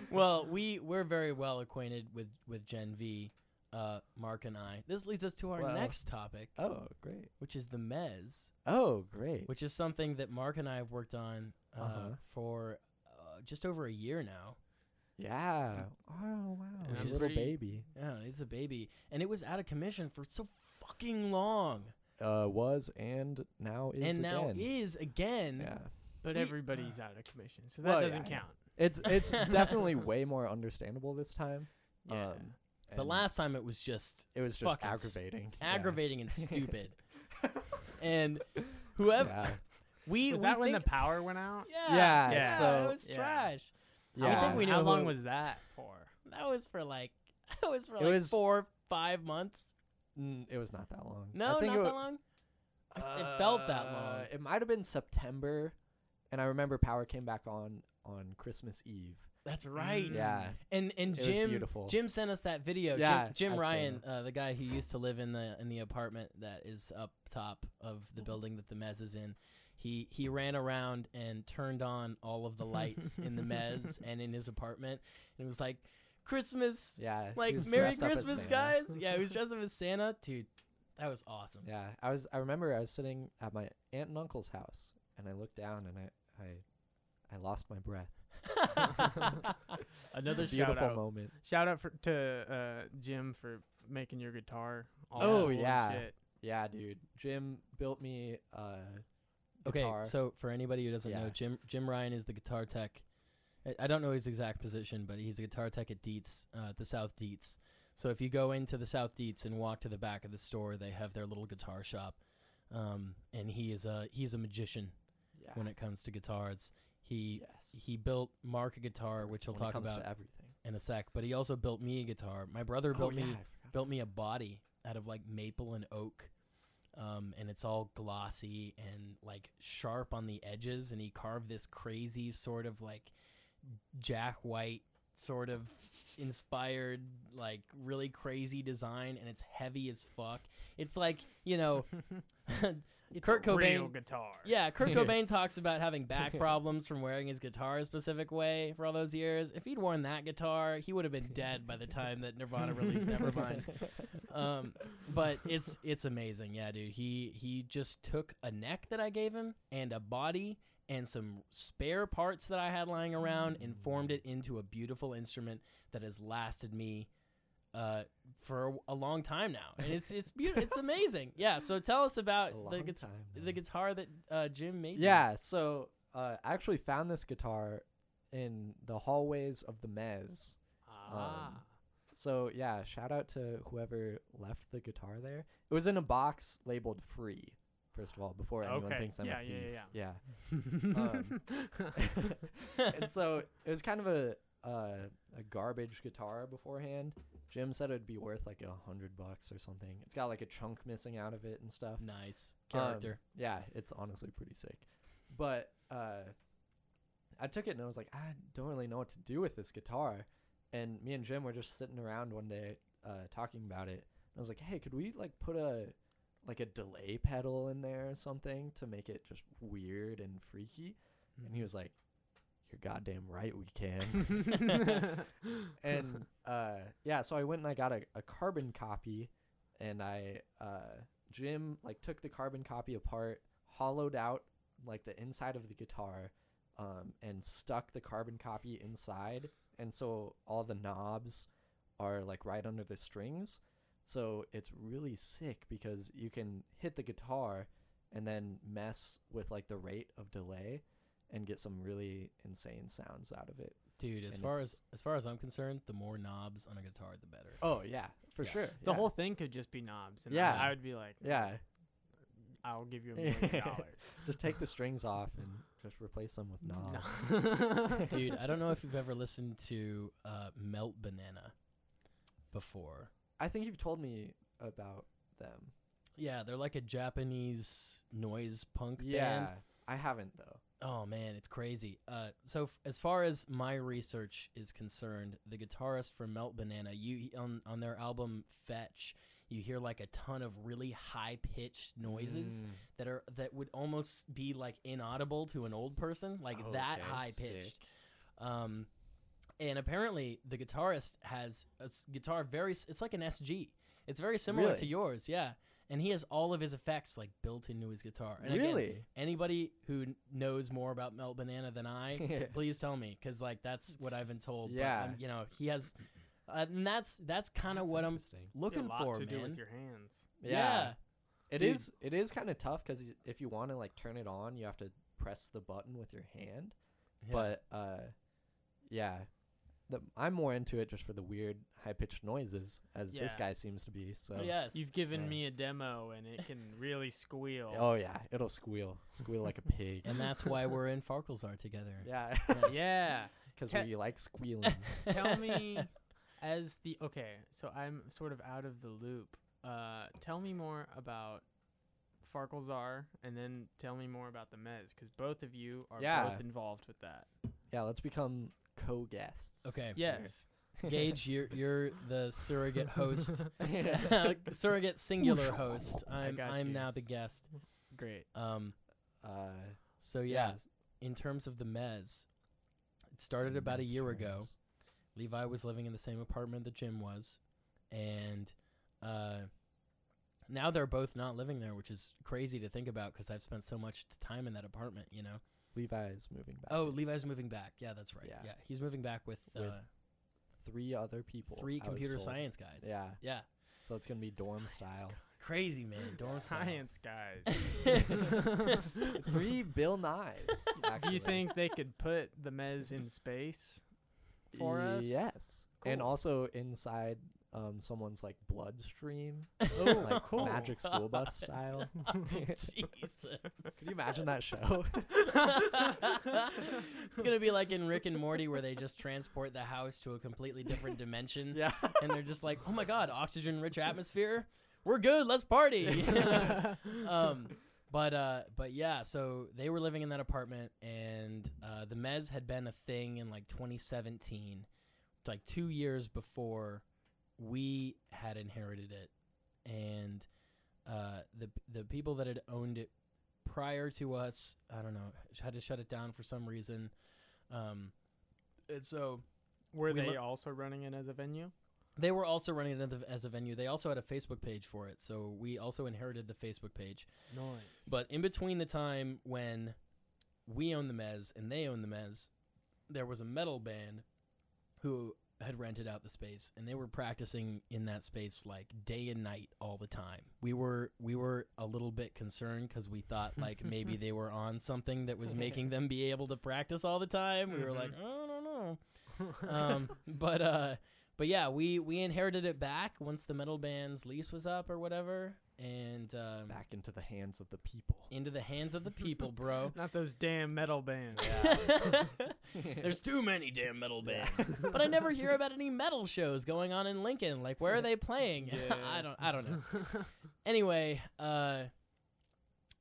Speaker 1: well, we we're very well acquainted with with Gen V, uh, Mark and I. This leads us to our
Speaker 2: Well.
Speaker 1: next topic,
Speaker 2: Oh, great.
Speaker 1: which is the Mez,
Speaker 2: Oh, great.
Speaker 1: which is something that Mark and I have worked on uh,
Speaker 2: Uh-huh.
Speaker 1: for uh, just over a year now.
Speaker 2: Yeah. Oh, wow.
Speaker 1: And
Speaker 2: a
Speaker 1: I'm
Speaker 2: little
Speaker 1: pretty-
Speaker 2: baby.
Speaker 1: Yeah, it's a baby, and it was out of commission for so fucking long,
Speaker 2: Uh, was and now is
Speaker 1: and now
Speaker 2: again.
Speaker 1: is again.
Speaker 2: Yeah.
Speaker 3: But
Speaker 1: We-
Speaker 3: everybody's out of commission, so that
Speaker 2: Well, yeah,
Speaker 3: doesn't
Speaker 2: yeah.
Speaker 3: count.
Speaker 2: It's it's definitely way more understandable this time.
Speaker 3: Yeah.
Speaker 2: Um,
Speaker 1: But
Speaker 2: and
Speaker 1: last time it was just
Speaker 2: it was just
Speaker 1: fucking s-
Speaker 2: aggravating. Yeah.
Speaker 1: aggravating and stupid, and whoever
Speaker 2: Yeah.
Speaker 1: we
Speaker 3: was
Speaker 1: we
Speaker 3: that when the
Speaker 1: think-
Speaker 3: power went out?
Speaker 1: yeah
Speaker 2: Yeah,
Speaker 1: yeah,
Speaker 2: so-
Speaker 1: it was
Speaker 3: Yeah.
Speaker 1: trash.
Speaker 3: How
Speaker 2: Yeah.
Speaker 3: long-
Speaker 1: think we
Speaker 3: How
Speaker 1: know
Speaker 3: long
Speaker 1: who-
Speaker 3: was that for?
Speaker 1: That was for like that was for
Speaker 2: It
Speaker 1: like
Speaker 2: was-
Speaker 1: four, five months.
Speaker 2: Mm, it was not that long.
Speaker 1: No,
Speaker 2: I
Speaker 1: not
Speaker 2: think it
Speaker 1: that
Speaker 2: wa-
Speaker 1: long. It's- it felt that long.
Speaker 2: Uh, It might have been September, and I remember Power came back on on Christmas Eve.
Speaker 1: That's right.
Speaker 3: Mm.
Speaker 2: Yeah,
Speaker 1: And and
Speaker 2: It was
Speaker 1: Jim
Speaker 2: beautiful.
Speaker 1: Jim sent us that video.
Speaker 2: Yeah,
Speaker 1: Jim,
Speaker 2: I've
Speaker 1: Jim
Speaker 2: seen
Speaker 1: Ryan, uh, the guy who used to live in the in the apartment that is up top of the building that the mez is in. He he ran around and turned on all of the lights in the mez and in his apartment and it was like Christmas
Speaker 2: yeah. he
Speaker 1: like
Speaker 2: was
Speaker 1: Merry
Speaker 2: dressed up as
Speaker 1: Christmas
Speaker 2: Santa.
Speaker 1: guys. Yeah, he was dressed up as Santa. Dude, that was awesome.
Speaker 2: Yeah, I was. I remember I was sitting at my aunt and uncle's house, and I looked down, and I, I, I lost my breath.
Speaker 3: Another
Speaker 2: Beautiful
Speaker 3: shout out.
Speaker 2: moment.
Speaker 3: Shout out for, to uh, Jim for making your guitar. All
Speaker 2: Oh,
Speaker 3: cool and
Speaker 2: yeah.
Speaker 3: shit.
Speaker 2: Yeah, dude. Jim built me. Uh,
Speaker 1: Okay,
Speaker 2: guitar.
Speaker 1: so for anybody who doesn't know,
Speaker 2: Yeah.
Speaker 1: Jim Jim Ryan is the guitar tech. I- I don't know his exact position, but he's a guitar tech at Dietz, uh, at the South Dietz. So if you go into the South Dietz and walk to the back of the store, they have their little guitar shop, um, and he is a he's a magician
Speaker 2: yeah.
Speaker 1: when it comes to guitars. He
Speaker 2: yes.
Speaker 1: he built Mark a guitar, which he'll
Speaker 2: when it
Speaker 1: talk
Speaker 2: comes
Speaker 1: about
Speaker 2: to everything.
Speaker 1: in a sec. But he also built me a guitar. My brother built
Speaker 2: oh, yeah,
Speaker 1: me
Speaker 2: I forgot.
Speaker 1: built me a body out of like maple and oak. Um, and it's all glossy and like sharp on the edges. And he carved this crazy sort of like Jack White sort of inspired, like really crazy design. And it's heavy as fuck. It's like, you know,
Speaker 3: It's
Speaker 1: Oh, Kurt
Speaker 3: a real
Speaker 1: Cobain-
Speaker 3: guitar.
Speaker 1: yeah, Kurt Cobain talks about having back problems from wearing his guitar a specific way for all those years. If he'd worn that guitar, he would have been dead by the time that Nirvana released Nevermind. Um, but it's it's amazing, yeah, dude. He he just took a neck that I gave him and a body and some spare parts that I had lying around and formed it into a beautiful instrument that has lasted me uh for a, a long time now and it's it's beautiful it's amazing yeah so tell us about
Speaker 2: A
Speaker 1: the
Speaker 2: long
Speaker 1: guitar
Speaker 2: time,
Speaker 1: Uh, the
Speaker 2: man.
Speaker 1: guitar that uh, Jim made. you.
Speaker 2: Yeah, so uh, I actually found this guitar in the hallways of the Mez. Um,
Speaker 3: Ah.
Speaker 2: So yeah, shout out to whoever left the guitar there. It was in a box labeled free. First of all, before anyone
Speaker 3: Okay,
Speaker 2: thinks I'm
Speaker 3: yeah,
Speaker 2: a
Speaker 3: yeah,
Speaker 2: thief.
Speaker 3: yeah,
Speaker 2: yeah. um, and so it was kind of a uh, a garbage guitar beforehand. Jim said it'd be worth like a hundred bucks or something. It's got like a chunk missing out of it and stuff.
Speaker 1: nice
Speaker 2: Um,
Speaker 1: character.
Speaker 2: yeah, it's honestly pretty sick. But uh, I took it and I was like, I don't really know what to do with this guitar. And me and Jim were just sitting around one day uh, talking about it. And I was like, Hey, could we like put a like a delay pedal in there or something to make it just weird and freaky? And he was like, You're goddamn right, we can. and uh, yeah, so I went and I got a, a carbon copy, and I uh, Jim like took the carbon copy apart, hollowed out like the inside of the guitar, um, and stuck the carbon copy inside, and so all the knobs are like right under the strings. So it's really sick because you can hit the guitar and then mess with like the rate of delay and get some really insane sounds out of it.
Speaker 1: Dude, as
Speaker 2: And
Speaker 1: far
Speaker 2: it's-
Speaker 1: as as far as I'm concerned, the more knobs on a guitar, the better.
Speaker 2: Oh yeah, for
Speaker 1: Yeah.
Speaker 2: sure.
Speaker 3: The
Speaker 2: yeah.
Speaker 3: whole thing could just be knobs. And
Speaker 2: Yeah.
Speaker 3: I, I would be like,
Speaker 2: yeah.
Speaker 3: I'll give you a million dollars.
Speaker 2: Just take the strings off and just replace them with knobs.
Speaker 3: No.
Speaker 1: Dude, I don't know if you've ever listened to uh, Melt Banana before.
Speaker 2: I think you've told me about them.
Speaker 1: Yeah, they're like a Japanese noise punk
Speaker 2: yeah,
Speaker 1: band.
Speaker 2: I haven't though.
Speaker 1: Oh man, it's crazy. Uh, so f- as far as my research is concerned, the guitarist for Melt Banana, you on on their album Fetch, you hear like a ton of really high pitched noises.
Speaker 2: Mm.
Speaker 1: that are that would almost be like inaudible to an old person, like
Speaker 2: Oh,
Speaker 1: that high pitched. Um, and apparently, the guitarist has a s- guitar very. s- It's like an SG. It's very similar to
Speaker 2: Really?
Speaker 1: yours, yeah. And he has all of his effects like built into his guitar. And again,
Speaker 2: Really?
Speaker 1: anybody who kn- knows more about Melt Banana than I, t-
Speaker 2: Yeah.
Speaker 1: please tell me, because like that's what I've been told.
Speaker 2: Yeah.
Speaker 1: but, um, you know he has, uh, and that's that's kind of what I'm
Speaker 3: You have
Speaker 1: looking
Speaker 3: a lot
Speaker 1: for,
Speaker 3: to
Speaker 1: man.
Speaker 3: do with your hands.
Speaker 2: Yeah, It
Speaker 1: Dude.
Speaker 2: is. It is kind of tough because if you want to like turn it on, you have to press the button with your hand.
Speaker 1: Yeah.
Speaker 2: But uh, yeah, the, I'm more into it just for the weird high pitched noises, as this
Speaker 3: Yeah.
Speaker 2: guy seems to be. So
Speaker 1: yes,
Speaker 3: You've given
Speaker 2: Yeah.
Speaker 3: me a demo, and it can really squeal.
Speaker 2: Oh yeah, it'll squeal, squeal like a pig.
Speaker 1: and that's why we're in Farquhar together.
Speaker 2: yeah,
Speaker 3: Yeah.
Speaker 2: because
Speaker 3: Te-
Speaker 2: we like squealing.
Speaker 3: tell me as the okay so i'm sort of out of the loop uh tell me more about Farquhar, and then tell me more about the Mez, because both of you are
Speaker 2: Yeah.
Speaker 3: both involved with that.
Speaker 2: yeah, let's become co-guests.
Speaker 1: Okay.
Speaker 3: Yes,
Speaker 1: Gage, you're you're the surrogate host, surrogate singular host. I'm
Speaker 3: got
Speaker 1: I'm
Speaker 3: you.
Speaker 1: now the guest.
Speaker 3: great.
Speaker 1: Um.
Speaker 2: uh,
Speaker 1: So yeah, in terms of the mez, it started about a
Speaker 2: Mez
Speaker 1: year ago.
Speaker 2: Karens.
Speaker 1: Levi was living in the same apartment that Jim was, and uh, now they're both not living there, which is crazy to think about because I've spent so much t- time in that apartment. You know.
Speaker 2: Levi's moving back.
Speaker 1: Oh, Levi's moving back. Yeah, that's right. Yeah,
Speaker 2: Yeah.
Speaker 1: he's moving back with,
Speaker 2: With
Speaker 1: uh,
Speaker 2: three other people.
Speaker 1: three
Speaker 2: I was
Speaker 1: computer
Speaker 2: told.
Speaker 1: science guys.
Speaker 2: Yeah,
Speaker 1: Yeah.
Speaker 2: so it's gonna be dorm style.
Speaker 1: Crazy man. Dorm style.
Speaker 3: Science guys.
Speaker 2: Three Bill Nyes.
Speaker 3: Do
Speaker 2: actually.
Speaker 3: you think they could put the Mez in space for us?
Speaker 2: Yes. And
Speaker 3: Cool.
Speaker 2: also inside um, someone's like bloodstream,
Speaker 3: Oh,
Speaker 2: like
Speaker 3: cool.
Speaker 2: Magic School Bus style.
Speaker 1: Oh, Jesus.
Speaker 2: Could you imagine that show?
Speaker 1: it's gonna be like in Rick and Morty where they just transport the house to a completely different dimension,
Speaker 2: yeah.
Speaker 1: and they're just like, "Oh my God, oxygen-rich atmosphere, we're good, let's party." um, but uh, but yeah, so they were living in that apartment, and uh, the Mez had been a thing in like 2017, like two years before we had inherited it, and uh, the the people that had owned it prior to us, I don't know, had to shut it down for some reason, um, and so
Speaker 3: Were
Speaker 1: we
Speaker 3: they
Speaker 1: lo-
Speaker 3: also running it as a venue?
Speaker 1: they were also running it as a- as a venue. They also had a Facebook page for it, so we also inherited the Facebook page.
Speaker 3: Nice.
Speaker 1: But in between the time when we owned the Mez and they owned the Mez, there was a metal band who had rented out the space and they were practicing in that space like day and night all the time. We were we were a little bit concerned cuz we thought like maybe they were on something that was making them be able to practice all the time. We were
Speaker 3: Mhm.
Speaker 1: like, "Oh, "I don't know." um, but uh, but yeah, we we inherited it back once the metal band's lease was up or whatever and um,
Speaker 2: Back into the hands of the people.
Speaker 1: into the hands of the people, bro.
Speaker 3: Not those damn metal bands.
Speaker 1: There's too many damn metal bands, but I never hear about any metal shows going on in Lincoln. Like, where are they playing? I don't, I don't know. Anyway, uh,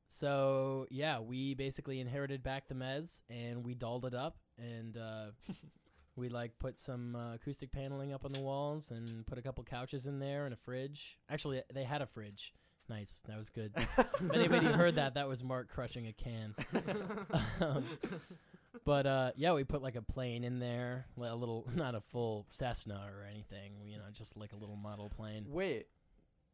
Speaker 1: so yeah, we basically inherited back the Mez and we dolled it up and uh, we like put some uh, acoustic paneling up on the walls and put a couple couches in there and a fridge. Actually, they had a fridge. Nice, that was good. if anybody heard that, that was Mark crushing a can. Um, but uh, yeah, we put like a plane in there, like a little, not a full Cessna or anything, you know, just like a little model plane.
Speaker 2: Wait.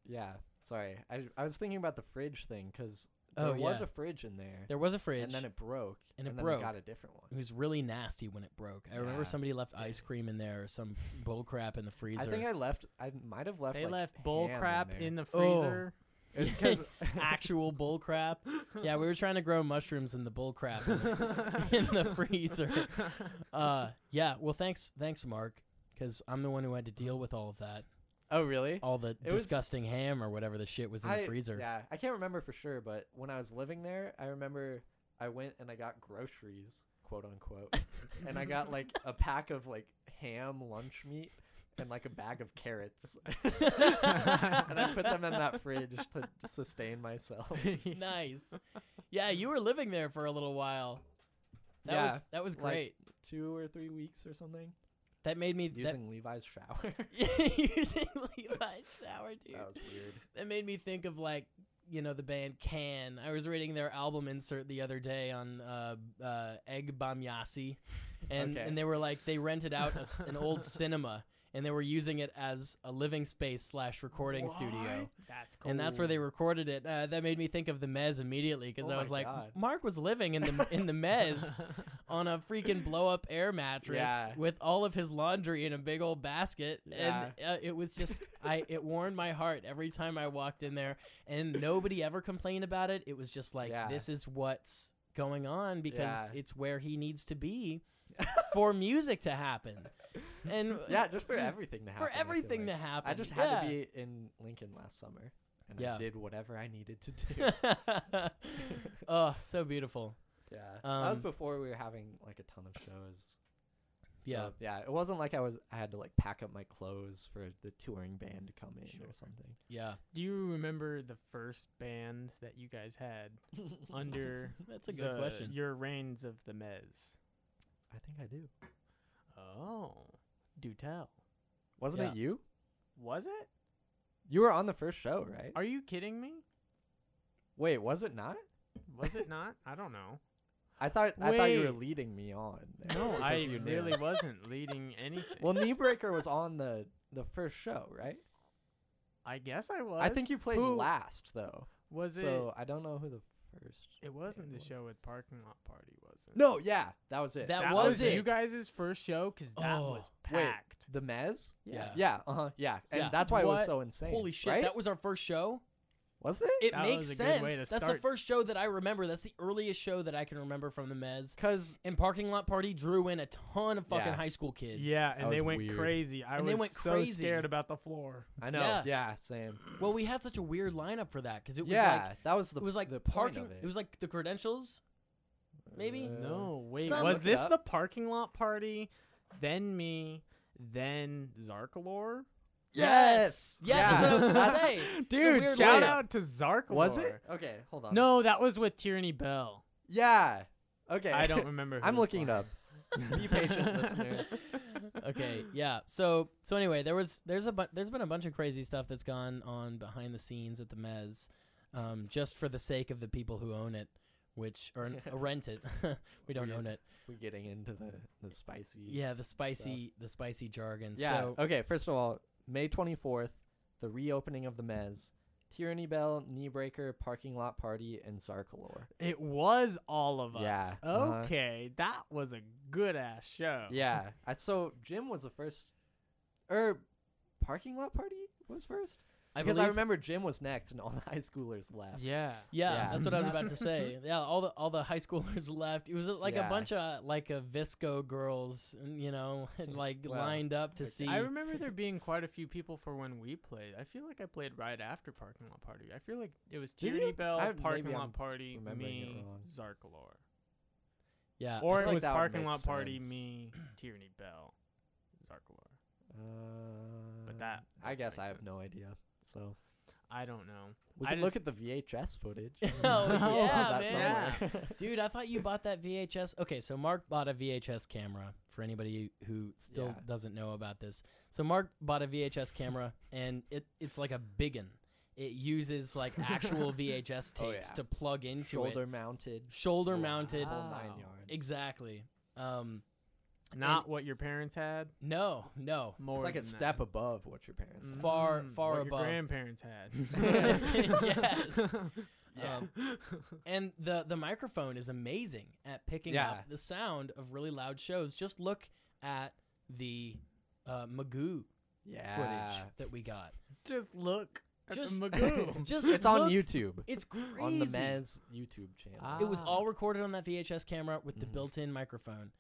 Speaker 2: Yeah. Sorry. I, I was thinking about the fridge thing because there
Speaker 1: Oh,
Speaker 2: was
Speaker 1: yeah.
Speaker 2: a fridge in there,
Speaker 1: There was a fridge.
Speaker 2: and then it broke,
Speaker 1: And it
Speaker 2: then
Speaker 1: broke.
Speaker 2: we got a different one.
Speaker 1: it was really nasty when it broke. I remember
Speaker 2: Yeah.
Speaker 1: somebody left ice cream in there or some bull crap in the freezer.
Speaker 2: I think I left. I might have left.
Speaker 3: they
Speaker 2: like,
Speaker 3: left bull
Speaker 2: ham in
Speaker 3: crap
Speaker 2: there.
Speaker 3: in, the
Speaker 1: Oh.
Speaker 3: freezer.
Speaker 2: It's 'cause-
Speaker 1: Actual bull crap. Yeah, we were trying to grow mushrooms in the bull crap in the, in the freezer. Uh, yeah. Well, thanks, thanks, Mark, because I'm the one who had to deal with all of that,
Speaker 2: oh, really?
Speaker 1: all the
Speaker 2: was-
Speaker 1: disgusting ham or whatever the shit was in the freezer.
Speaker 2: Yeah, I can't remember for sure, but when I was living there, I remember I went and I got groceries, quote unquote, and I got like a pack of like ham lunch meat and like a bag of carrots, and I put them in that fridge to sustain myself.
Speaker 1: nice. Yeah, you were living there for a little while. That
Speaker 2: Yeah,
Speaker 1: was that was
Speaker 2: like-
Speaker 1: great.
Speaker 2: Two or three weeks or something,
Speaker 1: that made me that,
Speaker 2: using Levi's shower.
Speaker 1: using Levi's shower, dude.
Speaker 2: that was weird.
Speaker 1: that made me think of like you know the band Can. I was reading their album insert the other day on uh, uh, Egg Bamyasi, and
Speaker 2: Okay.
Speaker 1: and they were like they rented out a s an old cinema and they were using it as a living space slash recording studio,
Speaker 3: That's cool.
Speaker 1: and that's where they recorded it. Uh, that made me think of the Mez immediately because
Speaker 2: Oh
Speaker 1: I
Speaker 2: my
Speaker 1: was like,
Speaker 2: God.
Speaker 1: Mark was living in the in the Mez on a freaking blow up air mattress
Speaker 2: Yeah.
Speaker 1: with all of his laundry in a big old basket and uh, it was just i it warmed my heart every time i walked in there and nobody ever complained about it it was just like
Speaker 2: Yeah.
Speaker 1: this is what's going on because
Speaker 2: Yeah.
Speaker 1: it's where he needs to be for music to happen and
Speaker 2: Yeah, just for everything to happen.
Speaker 1: for
Speaker 2: I feel
Speaker 1: everything
Speaker 2: like.
Speaker 1: to happen
Speaker 2: I just had to
Speaker 1: Yeah.
Speaker 2: be in Lincoln last summer, and
Speaker 1: Yeah.
Speaker 2: I did whatever I needed to do.
Speaker 1: oh so beautiful
Speaker 2: Yeah. that was
Speaker 1: Um,
Speaker 2: before we were having like a ton of shows.
Speaker 1: Yeah.
Speaker 2: So, yeah. It wasn't like I was I had to like pack up my clothes for the touring band to come in
Speaker 3: Sure.
Speaker 2: or something.
Speaker 1: yeah
Speaker 3: Do you remember the first band that you guys had under
Speaker 1: that's a good
Speaker 3: the-
Speaker 1: question
Speaker 3: Your reigns of the Mez.
Speaker 2: I think I do.
Speaker 3: Oh, do tell.
Speaker 2: Wasn't
Speaker 1: Yeah.
Speaker 2: it you?
Speaker 3: Was it?
Speaker 2: You were on the first show, right?
Speaker 3: Are you kidding me?
Speaker 2: Wait, was it not?
Speaker 3: Was it not? I don't know.
Speaker 2: I thought I thought you were
Speaker 3: Wait.
Speaker 2: leading me on. there
Speaker 3: No,
Speaker 2: because
Speaker 3: I
Speaker 2: you knew.
Speaker 3: really wasn't leading anything.
Speaker 2: Well, Kneebreaker was on the the first show, right?
Speaker 3: I guess I was.
Speaker 2: I think you played
Speaker 3: Who-
Speaker 2: last though.
Speaker 3: Was
Speaker 2: so I don't know who the first.
Speaker 3: it? It wasn't
Speaker 2: band
Speaker 3: the
Speaker 2: was.
Speaker 3: show with Parking Lot Party, was it?
Speaker 2: No, yeah, that was it.
Speaker 1: That was it.
Speaker 3: You guys' first show because that
Speaker 1: Oh.
Speaker 3: was
Speaker 2: Wait.
Speaker 3: packed.
Speaker 2: the Mez.
Speaker 1: Yeah.
Speaker 2: Yeah, uh huh, yeah, and
Speaker 1: Yeah.
Speaker 2: that's why it was
Speaker 1: What?
Speaker 2: so insane.
Speaker 1: holy shit
Speaker 2: right?
Speaker 1: that was our first show
Speaker 2: was it?
Speaker 1: It
Speaker 3: That
Speaker 1: makes
Speaker 3: was a
Speaker 1: sense.
Speaker 3: good way to
Speaker 1: That's the
Speaker 3: start.
Speaker 1: first show that I remember. That's the earliest show that I can remember from the Mez.
Speaker 2: Because
Speaker 1: And Parking Lot Party drew in a ton of fucking
Speaker 2: Yeah.
Speaker 1: high school kids.
Speaker 3: Yeah, and they
Speaker 2: was
Speaker 3: went
Speaker 2: weird.
Speaker 3: crazy. I
Speaker 1: And
Speaker 3: was
Speaker 1: they went
Speaker 3: so
Speaker 1: crazy.
Speaker 3: scared about the floor.
Speaker 2: I know,
Speaker 1: Yeah.
Speaker 2: yeah, same.
Speaker 1: Well, we had such a weird lineup for that because it was
Speaker 2: yeah,
Speaker 1: like
Speaker 2: that was the
Speaker 1: it was like
Speaker 2: the
Speaker 1: parking.
Speaker 2: Point of it.
Speaker 1: was like the credentials. maybe?
Speaker 2: Uh,
Speaker 3: No, wait.
Speaker 1: Some-
Speaker 3: was
Speaker 2: Look it
Speaker 3: this
Speaker 2: up.
Speaker 3: the parking lot party? Then me, then Zarkalor?
Speaker 2: Yes,
Speaker 1: Yeah, that's what I was gonna
Speaker 2: That's-
Speaker 1: say.
Speaker 3: Dude,
Speaker 1: weird
Speaker 3: shout
Speaker 1: lineup.
Speaker 3: out to Zarkalor.
Speaker 2: Was it? Okay, hold on.
Speaker 3: No, that was with Tyranny Bell.
Speaker 2: Yeah. Okay.
Speaker 3: I don't remember. who
Speaker 2: I'm
Speaker 3: was
Speaker 2: looking it
Speaker 3: playing.
Speaker 2: up. Be patient, listeners.
Speaker 1: okay, yeah. So so anyway, there was there's a bu- there's been a bunch of crazy stuff that's gone on behind the scenes at the Mez, um, just for the sake of the people who own it, which or n- rent it. we don't
Speaker 2: Weird.
Speaker 1: own it.
Speaker 2: We're getting into the the spicy.
Speaker 1: Yeah, the spicy the spicy jargon.
Speaker 2: Yeah. uh,
Speaker 1: So
Speaker 2: okay. First of all, May 24th, the reopening of the Mez, Tyranny Bell, Kneebreaker, Parking Lot Party, and Zarkalore.
Speaker 3: It was all of us.
Speaker 2: Yeah, uh-huh.
Speaker 3: Okay, that was a good ass show.
Speaker 2: Yeah. I, so Jim was the first, or Parking Lot Party was first.
Speaker 1: I
Speaker 2: because
Speaker 1: believe
Speaker 2: I remember Jim was next, and all the high schoolers left.
Speaker 3: Yeah.
Speaker 1: Yeah,
Speaker 2: Yeah.
Speaker 1: that's what I was about to say. Yeah, all the all the high schoolers left. It was uh, like a
Speaker 2: Yeah.
Speaker 1: bunch of like a visco girls, and, you know, and like
Speaker 2: Wow.
Speaker 1: lined up to
Speaker 2: Okay.
Speaker 1: see.
Speaker 3: I remember there being quite a few people for when we played. I feel like I played right after Parking Lot Party. I feel like it was
Speaker 2: Did
Speaker 3: Tyranny
Speaker 2: you?
Speaker 3: Bell,
Speaker 2: I-
Speaker 3: Parking
Speaker 2: maybe
Speaker 3: Lot
Speaker 2: I'm
Speaker 3: Party,
Speaker 2: remembering it
Speaker 3: me,
Speaker 2: wrong.
Speaker 3: Zarkalor.
Speaker 1: yeah,
Speaker 3: Or it
Speaker 2: like
Speaker 3: was
Speaker 2: Uh, that would
Speaker 3: Parking
Speaker 2: make
Speaker 3: Lot Party,
Speaker 2: sense.
Speaker 3: me, Tyranny Bell, Zarkalor.
Speaker 2: Uh,
Speaker 1: Mm,
Speaker 3: that
Speaker 2: I
Speaker 3: doesn't
Speaker 2: guess
Speaker 3: make
Speaker 2: I have no
Speaker 3: sense.
Speaker 2: idea. So
Speaker 3: I don't know.
Speaker 2: we
Speaker 3: I
Speaker 2: can look
Speaker 3: just-
Speaker 2: at the VHS footage.
Speaker 1: Oh, yeah,
Speaker 2: That's
Speaker 1: man.
Speaker 2: somewhere.
Speaker 1: dude, I thought you bought that VHS. Okay, so Mark bought a VHS camera. For anybody who still
Speaker 2: Yeah.
Speaker 1: doesn't know about this, so Mark bought a VHS camera, and it it's like a biggin. It uses like actual VHS tapes
Speaker 2: Oh, yeah.
Speaker 1: to plug into
Speaker 2: Shoulder
Speaker 1: it,
Speaker 2: mounted,
Speaker 1: shoulder mounted.
Speaker 2: whole nine
Speaker 3: Wow.
Speaker 2: yards.
Speaker 1: Exactly. Um,
Speaker 3: Not what your parents had.
Speaker 1: no, no.
Speaker 3: More
Speaker 2: It's like a
Speaker 3: than that.
Speaker 2: step above what your parents.
Speaker 3: Mm,
Speaker 2: had.
Speaker 1: Far- far
Speaker 3: what
Speaker 1: above.
Speaker 3: Your grandparents had.
Speaker 1: Yes.
Speaker 2: Yeah.
Speaker 1: Um, and the the microphone is amazing at picking
Speaker 2: Yeah.
Speaker 1: up the sound of really loud shows. Just look at the uh, Magoo
Speaker 2: yeah.
Speaker 1: footage that we got.
Speaker 3: Just look. At the
Speaker 4: Just-
Speaker 3: Magoo.
Speaker 1: Just
Speaker 2: It's on
Speaker 1: look.
Speaker 2: YouTube.
Speaker 1: It's crazy.
Speaker 2: On the Mez YouTube channel.
Speaker 3: Ah.
Speaker 1: It was all recorded on that VHS camera with the
Speaker 2: Mhm.
Speaker 1: built-in microphone,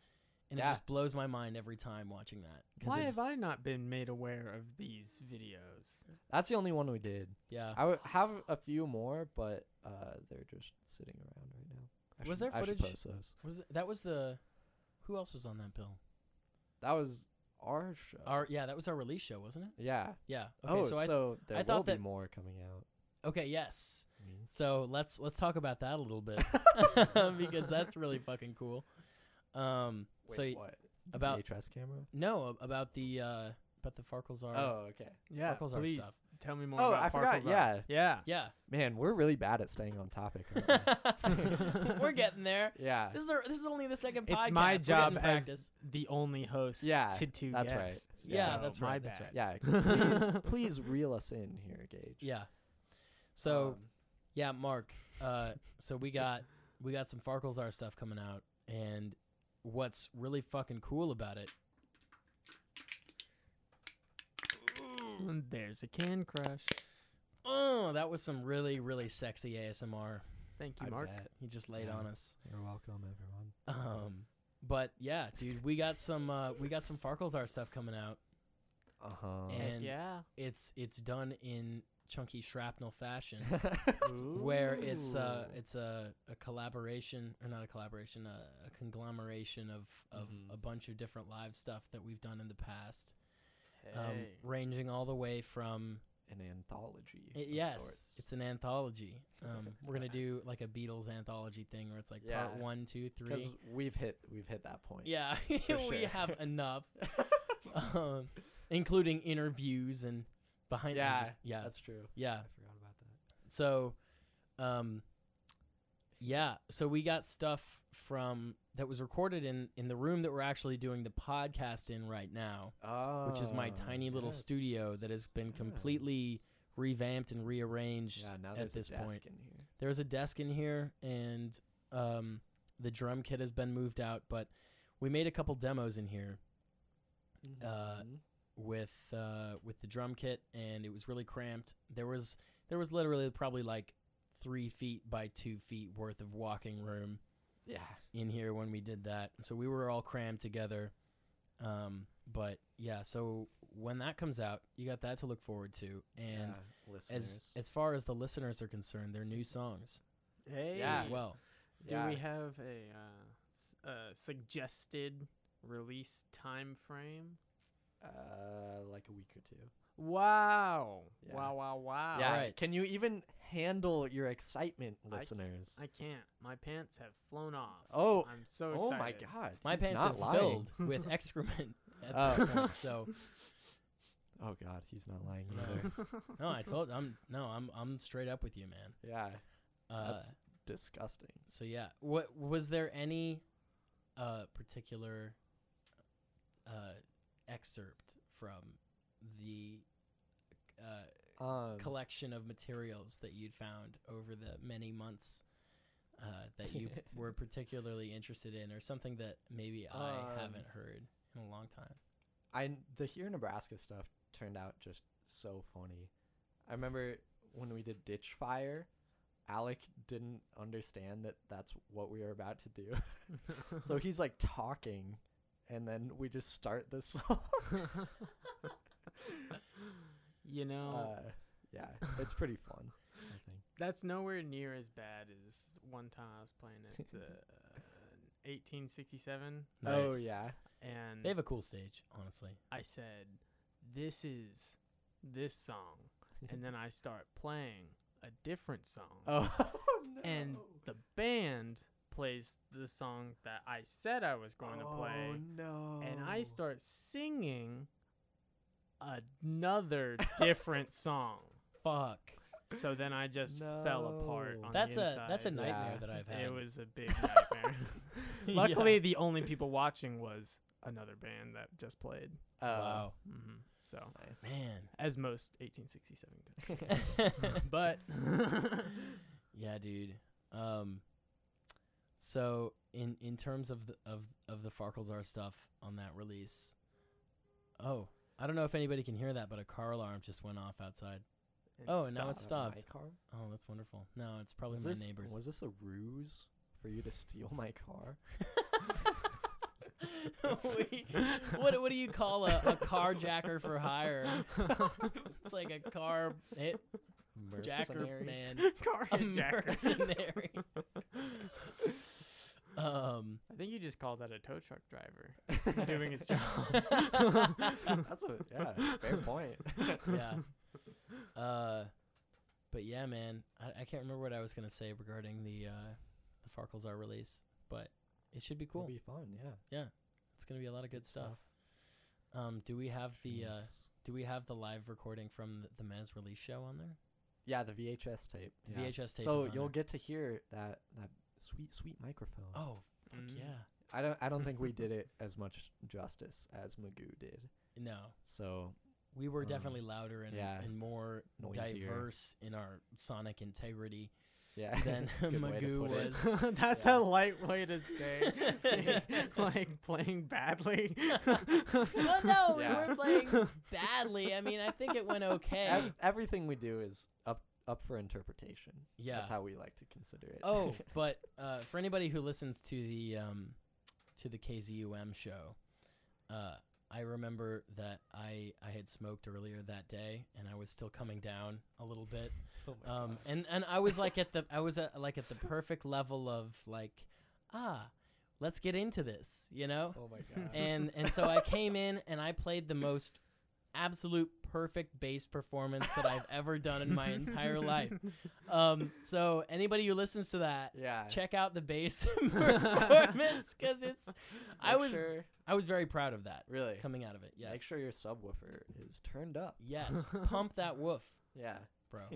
Speaker 1: and
Speaker 2: Yeah.
Speaker 1: it just blows my mind every time watching that. 'cause
Speaker 3: Why
Speaker 1: it's-
Speaker 3: have I not been made aware of these videos?
Speaker 2: That's the only one we did.
Speaker 1: Yeah.
Speaker 2: I would have a few more, but uh, they're just sitting around right now. I
Speaker 1: Was
Speaker 2: should,
Speaker 1: there
Speaker 2: I
Speaker 1: footage-
Speaker 2: should post those.
Speaker 1: Was th- that was the? Who else was on that bill?
Speaker 2: That was our show.
Speaker 1: Our yeah, that was our release show, wasn't it?
Speaker 2: yeah.
Speaker 1: Yeah. Okay.
Speaker 2: oh,
Speaker 1: so,
Speaker 2: so,
Speaker 1: I,
Speaker 2: there
Speaker 1: I
Speaker 2: will
Speaker 1: thought
Speaker 2: be
Speaker 1: that-
Speaker 2: more coming out.
Speaker 1: okay. Yes.
Speaker 2: Mm.
Speaker 1: So let's let's talk about that a little bit because that's really fucking cool. Um. so y-
Speaker 2: what?
Speaker 1: about
Speaker 2: VHS camera?
Speaker 1: no ab- about the uh about the Farkles are.
Speaker 2: Oh, okay.
Speaker 3: Yeah,
Speaker 1: Farkles are
Speaker 3: please
Speaker 1: stuff.
Speaker 3: tell me more.
Speaker 2: Oh,
Speaker 3: about
Speaker 2: I forgot,
Speaker 3: Farkles are.
Speaker 2: yeah.
Speaker 3: yeah.
Speaker 1: Yeah.
Speaker 2: Man, we're really bad at staying on topic. aren't we?
Speaker 1: We're getting there.
Speaker 2: yeah.
Speaker 1: This is our, this is only the second podcast.
Speaker 3: It's my
Speaker 1: We're getting
Speaker 3: job
Speaker 1: to
Speaker 3: as-
Speaker 1: practice.
Speaker 3: The only host.
Speaker 2: Yeah,
Speaker 3: to two
Speaker 2: that's right.
Speaker 3: guests.
Speaker 1: Yeah,
Speaker 3: so
Speaker 1: that's
Speaker 3: my
Speaker 1: right, that's
Speaker 3: bad.
Speaker 1: right.
Speaker 2: Yeah. Please, please reel us in here, Gage.
Speaker 1: Yeah. So
Speaker 2: Um,
Speaker 1: yeah, Mark. Uh, so we got we got some Farkles R stuff coming out, and what's really fucking cool about it?
Speaker 3: And There's a can crush.
Speaker 1: Oh, that was some really really sexy ASMR
Speaker 3: Thank
Speaker 2: I
Speaker 3: you, Mark.
Speaker 2: bet.
Speaker 1: he just laid
Speaker 2: Yeah.
Speaker 1: on us.
Speaker 2: You're welcome, everyone.
Speaker 1: Um, but yeah, dude, we got some uh, we got some Farkles R stuff coming out.
Speaker 2: Uh huh.
Speaker 1: And-
Speaker 3: Heck yeah.
Speaker 1: It's it's done in chunky shrapnel fashion. where it's uh
Speaker 3: Ooh.
Speaker 1: it's a, a collaboration or not a collaboration uh, a, a conglomeration of of
Speaker 2: Mhm.
Speaker 1: a bunch of different live stuff that we've done in the past um,
Speaker 3: Hey.
Speaker 1: ranging all the way from
Speaker 2: An anthology.
Speaker 1: i-
Speaker 2: of
Speaker 1: yes
Speaker 2: sorts.
Speaker 1: it's an anthology um, we're gonna do like a beatles anthology thing where it's like part
Speaker 2: Yeah.
Speaker 1: one two
Speaker 2: because
Speaker 1: three
Speaker 2: we've hit we've hit that point.
Speaker 1: yeah we
Speaker 2: sure.
Speaker 1: have enough um, including interviews and behind
Speaker 2: Yeah,
Speaker 1: just- yeah
Speaker 2: that's true.
Speaker 1: yeah
Speaker 2: I forgot about that.
Speaker 1: So, um, yeah. So we got stuff from that was recorded in in the room that we're actually doing the podcast in right now,
Speaker 2: Oh,
Speaker 1: which is my tiny little studio that has been
Speaker 2: Yeah.
Speaker 1: completely revamped and rearranged.
Speaker 2: yeah, now
Speaker 1: at
Speaker 2: there's
Speaker 1: this
Speaker 2: a desk
Speaker 1: point,
Speaker 2: in here.
Speaker 1: there's a desk in here, and um, the drum kit has been moved out, but we made a couple demos in here Uh,
Speaker 2: Mhm.
Speaker 1: with uh, with the drum kit, and it was really cramped. There was there was literally probably like three feet by two feet worth of walking room
Speaker 2: yeah,
Speaker 1: in here when we did that. So we were all crammed together. Um, but yeah, so when that comes out, you got that to look forward to. And
Speaker 2: yeah,
Speaker 1: as
Speaker 2: listeners.
Speaker 1: as far as the listeners are concerned, they're new songs
Speaker 3: Hey.
Speaker 2: Yeah.
Speaker 1: as well.
Speaker 3: Do
Speaker 2: yeah.
Speaker 3: we have a uh, s- uh, suggested release time frame?
Speaker 2: uh, like a week or two.
Speaker 3: Wow!
Speaker 2: Yeah.
Speaker 3: Wow! Wow! Wow!
Speaker 2: yeah,
Speaker 1: Ah, right.
Speaker 2: can you even handle your excitement,
Speaker 3: I-
Speaker 2: listeners?
Speaker 3: I can't. My pants have flown off.
Speaker 2: oh,
Speaker 3: I'm so excited.
Speaker 2: oh my God,
Speaker 1: My
Speaker 2: he's
Speaker 1: pants
Speaker 2: not
Speaker 1: are
Speaker 2: lying.
Speaker 1: filled with excrement at
Speaker 2: Oh.
Speaker 1: this point. So
Speaker 2: Oh God, he's not lying
Speaker 1: No.
Speaker 2: either.
Speaker 1: no, I told I'm no, I'm I'm straight up with you, man.
Speaker 2: yeah,
Speaker 1: Uh,
Speaker 2: That's- disgusting.
Speaker 1: So yeah, what was there any uh, particular uh, excerpt from the uh,
Speaker 2: Um,
Speaker 1: collection of materials that you'd found over the many months uh, that you were particularly interested in, or something that maybe I haven't
Speaker 2: Um,
Speaker 1: heard in a long time?
Speaker 2: I the here Nebraska stuff turned out just so funny. I remember when we did Ditch Fire, Alec didn't understand that that's what we were about to do. so he's like talking, and then we just start this song.
Speaker 3: you know,
Speaker 2: Uh, yeah, it's pretty fun. I think.
Speaker 3: that's nowhere near as bad as one time I was playing at the uh, 1867,
Speaker 2: Oh
Speaker 1: Nice.
Speaker 2: yeah,
Speaker 3: and
Speaker 1: they have a cool stage, honestly.
Speaker 3: I said, "This is this song," and then I start playing a different song.
Speaker 2: oh no.
Speaker 3: and the band plays the song that I said I was going to play,
Speaker 2: Oh no!
Speaker 3: and I start singing another different song.
Speaker 1: Fuck,
Speaker 3: So then I just fell apart.
Speaker 2: No.
Speaker 3: On
Speaker 1: that's
Speaker 3: the
Speaker 1: a that's a
Speaker 3: inside.
Speaker 1: nightmare
Speaker 2: Yeah.
Speaker 1: that I've had.
Speaker 3: It was a big nightmare.
Speaker 1: Yeah.
Speaker 3: Luckily, the only people watching was another band that just played.
Speaker 2: Oh,
Speaker 1: wow,
Speaker 3: hmm So,
Speaker 2: Nice.
Speaker 1: man.
Speaker 3: as most 1867 goes.
Speaker 1: but
Speaker 3: But
Speaker 1: yeah, dude. Um, so in in terms of the of of the Farkles R stuff on that release, oh, I don't know if anybody can hear that, but a car alarm just went off outside.
Speaker 3: And
Speaker 1: Oh, and now
Speaker 3: stop.
Speaker 1: it's
Speaker 2: That's
Speaker 1: stopped.
Speaker 2: My car?
Speaker 1: Oh, that's wonderful. No, it's probably
Speaker 2: Was
Speaker 1: my
Speaker 2: this,
Speaker 1: neighbors.
Speaker 2: was this a ruse for you to steal my car?
Speaker 1: We- what what do you call a, a carjacker for hire? it's like a car hit jacker
Speaker 2: Mercenary?
Speaker 1: man,
Speaker 3: Car
Speaker 1: a
Speaker 3: hijacker.
Speaker 1: mercenary. um,
Speaker 3: I think you just called that a tow truck driver doing his job.
Speaker 2: That's what. Yeah, fair point.
Speaker 1: yeah. Uh, but yeah, man, I, I can't remember what I was gonna say regarding the uh, the Farkles R release, but it should be
Speaker 2: Cool.
Speaker 1: cool.
Speaker 2: Be fun. Yeah.
Speaker 1: it's gonna be a lot of good stuff. Um, do we have the uh,
Speaker 2: Yes.
Speaker 1: do we have the live recording from the, the Mez release show on there?
Speaker 2: yeah the VHS tape.
Speaker 1: The
Speaker 2: yeah.
Speaker 1: VHS tape. is
Speaker 2: So
Speaker 1: on
Speaker 2: you'll
Speaker 1: there.
Speaker 2: get to hear that that sweet sweet microphone.
Speaker 1: Oh, fuck
Speaker 3: Mm.
Speaker 1: yeah.
Speaker 2: I don't I don't think we did it as much justice as Magoo did.
Speaker 1: No,
Speaker 2: So
Speaker 1: we were
Speaker 2: Um,
Speaker 1: definitely louder and
Speaker 2: yeah.
Speaker 1: and more
Speaker 2: Noisier.
Speaker 1: diverse in our sonic integrity
Speaker 2: yeah,
Speaker 1: than
Speaker 2: it's a good way to
Speaker 1: Magoo
Speaker 2: put it.
Speaker 1: was.
Speaker 3: That's
Speaker 2: Yeah.
Speaker 3: a light way to say like playing badly.
Speaker 1: well, Oh, no, we
Speaker 2: Yeah.
Speaker 1: were playing badly. I mean, I think it went okay.
Speaker 2: Ev- everything we do is up up for interpretation.
Speaker 1: Yeah.
Speaker 2: that's how we like to consider it.
Speaker 1: Oh, but uh, for anybody who listens to the um, to the KZUM show, uh, I remember that I I had smoked earlier that day, and I was still coming down a little bit.
Speaker 2: Oh my
Speaker 1: Um,
Speaker 2: God.
Speaker 1: and and I was like at the I was at like at the perfect level of like ah, let's get into this, you know.
Speaker 2: oh my god.
Speaker 1: And and so I came in and I played the most absolute perfect bass performance that I've ever done in my entire life. Um, so anybody who listens to that,
Speaker 2: yeah,
Speaker 1: check out the bass performance because it's I
Speaker 2: make
Speaker 1: was
Speaker 2: sure,
Speaker 1: I was very proud of that
Speaker 2: really
Speaker 1: coming out of it. Yes.
Speaker 2: make sure your subwoofer is turned up.
Speaker 1: Yes. Pump that woof,
Speaker 2: Yeah,
Speaker 1: bro.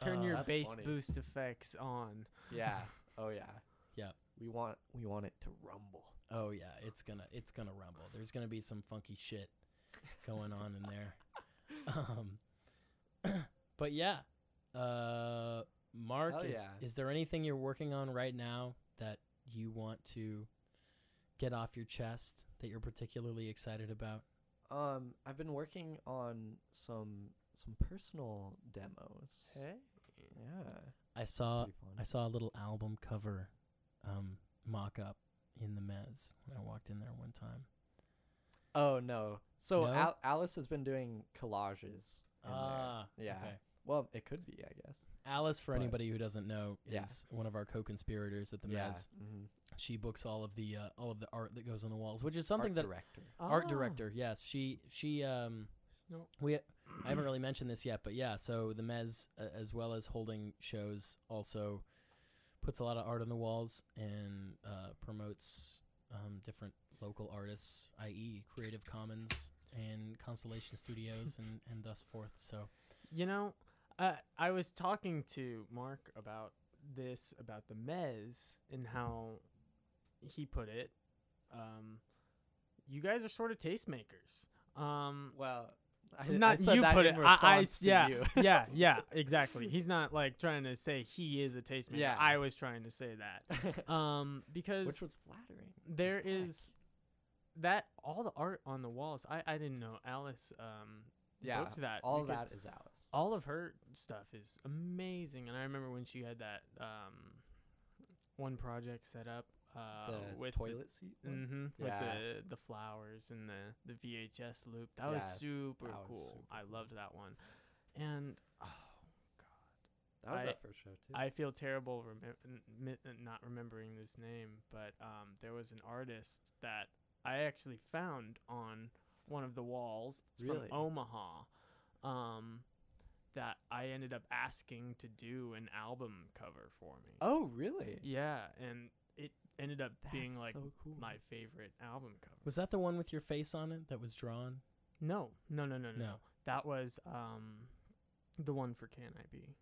Speaker 3: Turn
Speaker 1: Uh,
Speaker 3: your
Speaker 2: That's
Speaker 3: bass
Speaker 2: funny.
Speaker 3: boost effects on.
Speaker 2: yeah, oh yeah,
Speaker 1: Yep.
Speaker 2: We want we want it to rumble.
Speaker 1: Oh yeah, it's gonna it's gonna rumble. There's gonna be some funky shit going on in there. Um, but yeah, uh, Mark,
Speaker 2: Hell
Speaker 1: is
Speaker 2: yeah.
Speaker 1: is there anything you're working on right now that you want to get off your chest that you're particularly excited about?
Speaker 2: Um, I've been working on some some personal demos. Yeah,
Speaker 1: I saw
Speaker 2: pretty fun.
Speaker 1: I saw a little album cover um, mock up in the Mez when I walked in there one time.
Speaker 2: Oh no. So
Speaker 1: No?
Speaker 2: Al- Alice has been doing collages. In there.
Speaker 1: Ah,
Speaker 2: Yeah.
Speaker 1: okay.
Speaker 2: Well, it could be, I guess.
Speaker 1: Alice, for
Speaker 2: But-
Speaker 1: anybody who doesn't know, is
Speaker 2: Yeah.
Speaker 1: one of our co-conspirators at the
Speaker 2: yeah.
Speaker 1: Mez.
Speaker 2: mhm.
Speaker 1: She books all of the uh, all of the art that goes on the walls, which is something
Speaker 2: Art
Speaker 1: that
Speaker 2: director.
Speaker 3: Ah. Oh.
Speaker 1: art director. Yes, she she um
Speaker 3: No.
Speaker 1: we I haven't really mentioned this yet, but yeah. So the Mez, uh, as well as holding shows, also puts a lot of art on the walls and uh, promotes um, different local artists, i.e., Creative Commons and Constellation Studios, and and thus forth. So
Speaker 3: You know, uh, I was talking to Mark about this, about the Mez, and how he put it. Um, you guys are sort of tastemakers. Um,
Speaker 2: Well, I,
Speaker 3: not
Speaker 2: I said
Speaker 3: you
Speaker 2: that
Speaker 3: put
Speaker 2: in
Speaker 3: it. I, I
Speaker 2: response to
Speaker 3: yeah,
Speaker 2: you.
Speaker 3: yeah, yeah, exactly. He's not like trying to say he is a tastemaker.
Speaker 2: Yeah.
Speaker 3: I was trying to say that. Um, because
Speaker 2: Which was flattering.
Speaker 3: there
Speaker 2: as heck.
Speaker 3: is that all the art on the walls. I I didn't know Alice um
Speaker 2: yeah,
Speaker 3: booked that.
Speaker 2: all
Speaker 3: because
Speaker 2: that is Alice.
Speaker 3: all of her stuff is amazing and i remember when she had that um one project set up uh
Speaker 2: the
Speaker 3: with
Speaker 2: toilet seat.
Speaker 3: the,
Speaker 2: one?
Speaker 3: hmm
Speaker 2: Yeah.
Speaker 3: with the the flowers and the the vhs loop that was
Speaker 2: Yeah,
Speaker 3: super
Speaker 2: that was
Speaker 3: cool
Speaker 2: super
Speaker 3: i loved that one and oh,
Speaker 2: That was
Speaker 3: I-
Speaker 2: that first show too.
Speaker 3: i feel terrible remem- n- mi- uh, not remembering this name but um there was an artist that i actually found on one of the walls it's
Speaker 2: Really?
Speaker 3: from omaha um, that I ended up asking to do an album cover for me.
Speaker 2: oh, really?
Speaker 3: Yeah, and it ended up being
Speaker 2: That's
Speaker 3: like
Speaker 2: so cool.
Speaker 3: my favorite album cover.
Speaker 1: was that the one with your face on it that was drawn?
Speaker 3: No, no, no, no, no.
Speaker 1: No.
Speaker 3: no. That was um, the one for Can I Be,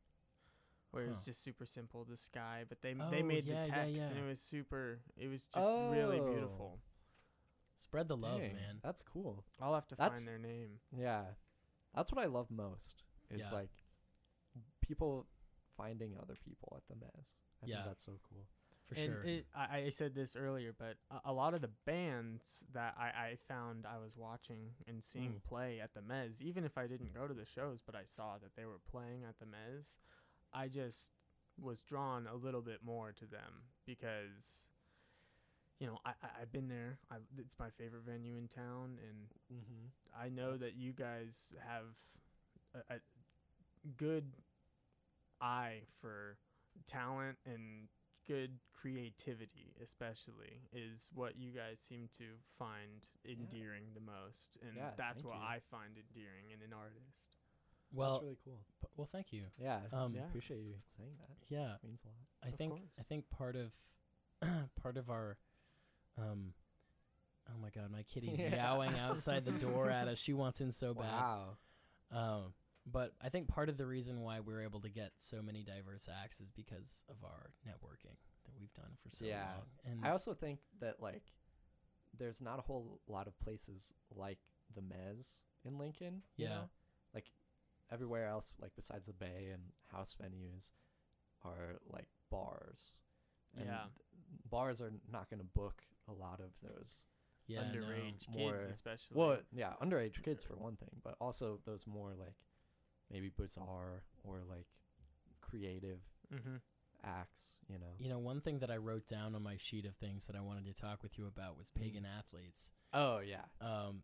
Speaker 3: where it's
Speaker 1: Huh.
Speaker 3: just super simple, the sky, but they they
Speaker 1: Oh,
Speaker 3: made
Speaker 1: yeah,
Speaker 3: the
Speaker 1: yeah,
Speaker 3: text and
Speaker 1: yeah.
Speaker 3: it was super. It was just really
Speaker 2: Oh.
Speaker 3: beautiful.
Speaker 1: Spread the love,
Speaker 2: Dang,
Speaker 1: man.
Speaker 2: That's cool.
Speaker 3: I'll have to
Speaker 2: That's-
Speaker 3: find their name.
Speaker 2: Yeah. That's what I love most. Is
Speaker 1: Yeah.
Speaker 2: like people finding other people at the mess. I
Speaker 1: Yeah.
Speaker 2: think that's so cool.
Speaker 1: for
Speaker 3: and
Speaker 1: sure.
Speaker 3: It, I, I said this earlier, but a, a lot of the bands that I, I found I was watching and seeing
Speaker 1: Mm.
Speaker 3: play at the Mez, even if I didn't go to the shows, but I saw that they were playing at the Mez, I just was drawn a little bit more to them because, you know, I, I, I've been there. I, it's my favorite venue in town, and
Speaker 2: Mm-hmm.
Speaker 3: I know
Speaker 1: That's-
Speaker 3: that you guys have a, a good eye for talent and good creativity, especially, is what you guys seem to find endearing the most. And
Speaker 2: Yeah,
Speaker 3: that's
Speaker 2: thank
Speaker 3: what
Speaker 2: you.
Speaker 3: I find endearing in an artist.
Speaker 1: well,
Speaker 2: That's really cool.
Speaker 1: p- well, thank you.
Speaker 2: Yeah,
Speaker 1: Um,
Speaker 3: Yeah.
Speaker 2: appreciate you saying that.
Speaker 1: yeah,
Speaker 2: It means a lot.
Speaker 1: I
Speaker 3: Of
Speaker 1: think
Speaker 3: course.
Speaker 1: I think part of part of our um oh my god, my kitty's
Speaker 2: Yeah.
Speaker 1: yowling outside the door at us. She wants in so
Speaker 2: wow.
Speaker 1: bad. Um but I think part of the reason why we were able to get so many diverse acts is because of our networking that we've done for so
Speaker 2: Yeah.
Speaker 1: long. And
Speaker 3: Mm-hmm.
Speaker 2: I also think that like there's not a whole lot of places like the Mez in Lincoln. you
Speaker 1: Yeah.
Speaker 2: know? Like everywhere else, like besides the Bay and house venues, are like bars. And
Speaker 3: Yeah.
Speaker 2: Bars are not going to book a lot of those.
Speaker 1: yeah, no.
Speaker 3: Underage
Speaker 2: More-
Speaker 3: kids, especially.
Speaker 2: Well, yeah, underage kids for one thing, but also those more like maybe bizarre or like creative
Speaker 3: hmm
Speaker 2: acts. You know.
Speaker 1: You know, one thing that I wrote down on my sheet of things that I wanted to talk with you about
Speaker 2: Mm-hmm.
Speaker 1: was pagan athletes.
Speaker 2: Oh yeah.
Speaker 1: Um,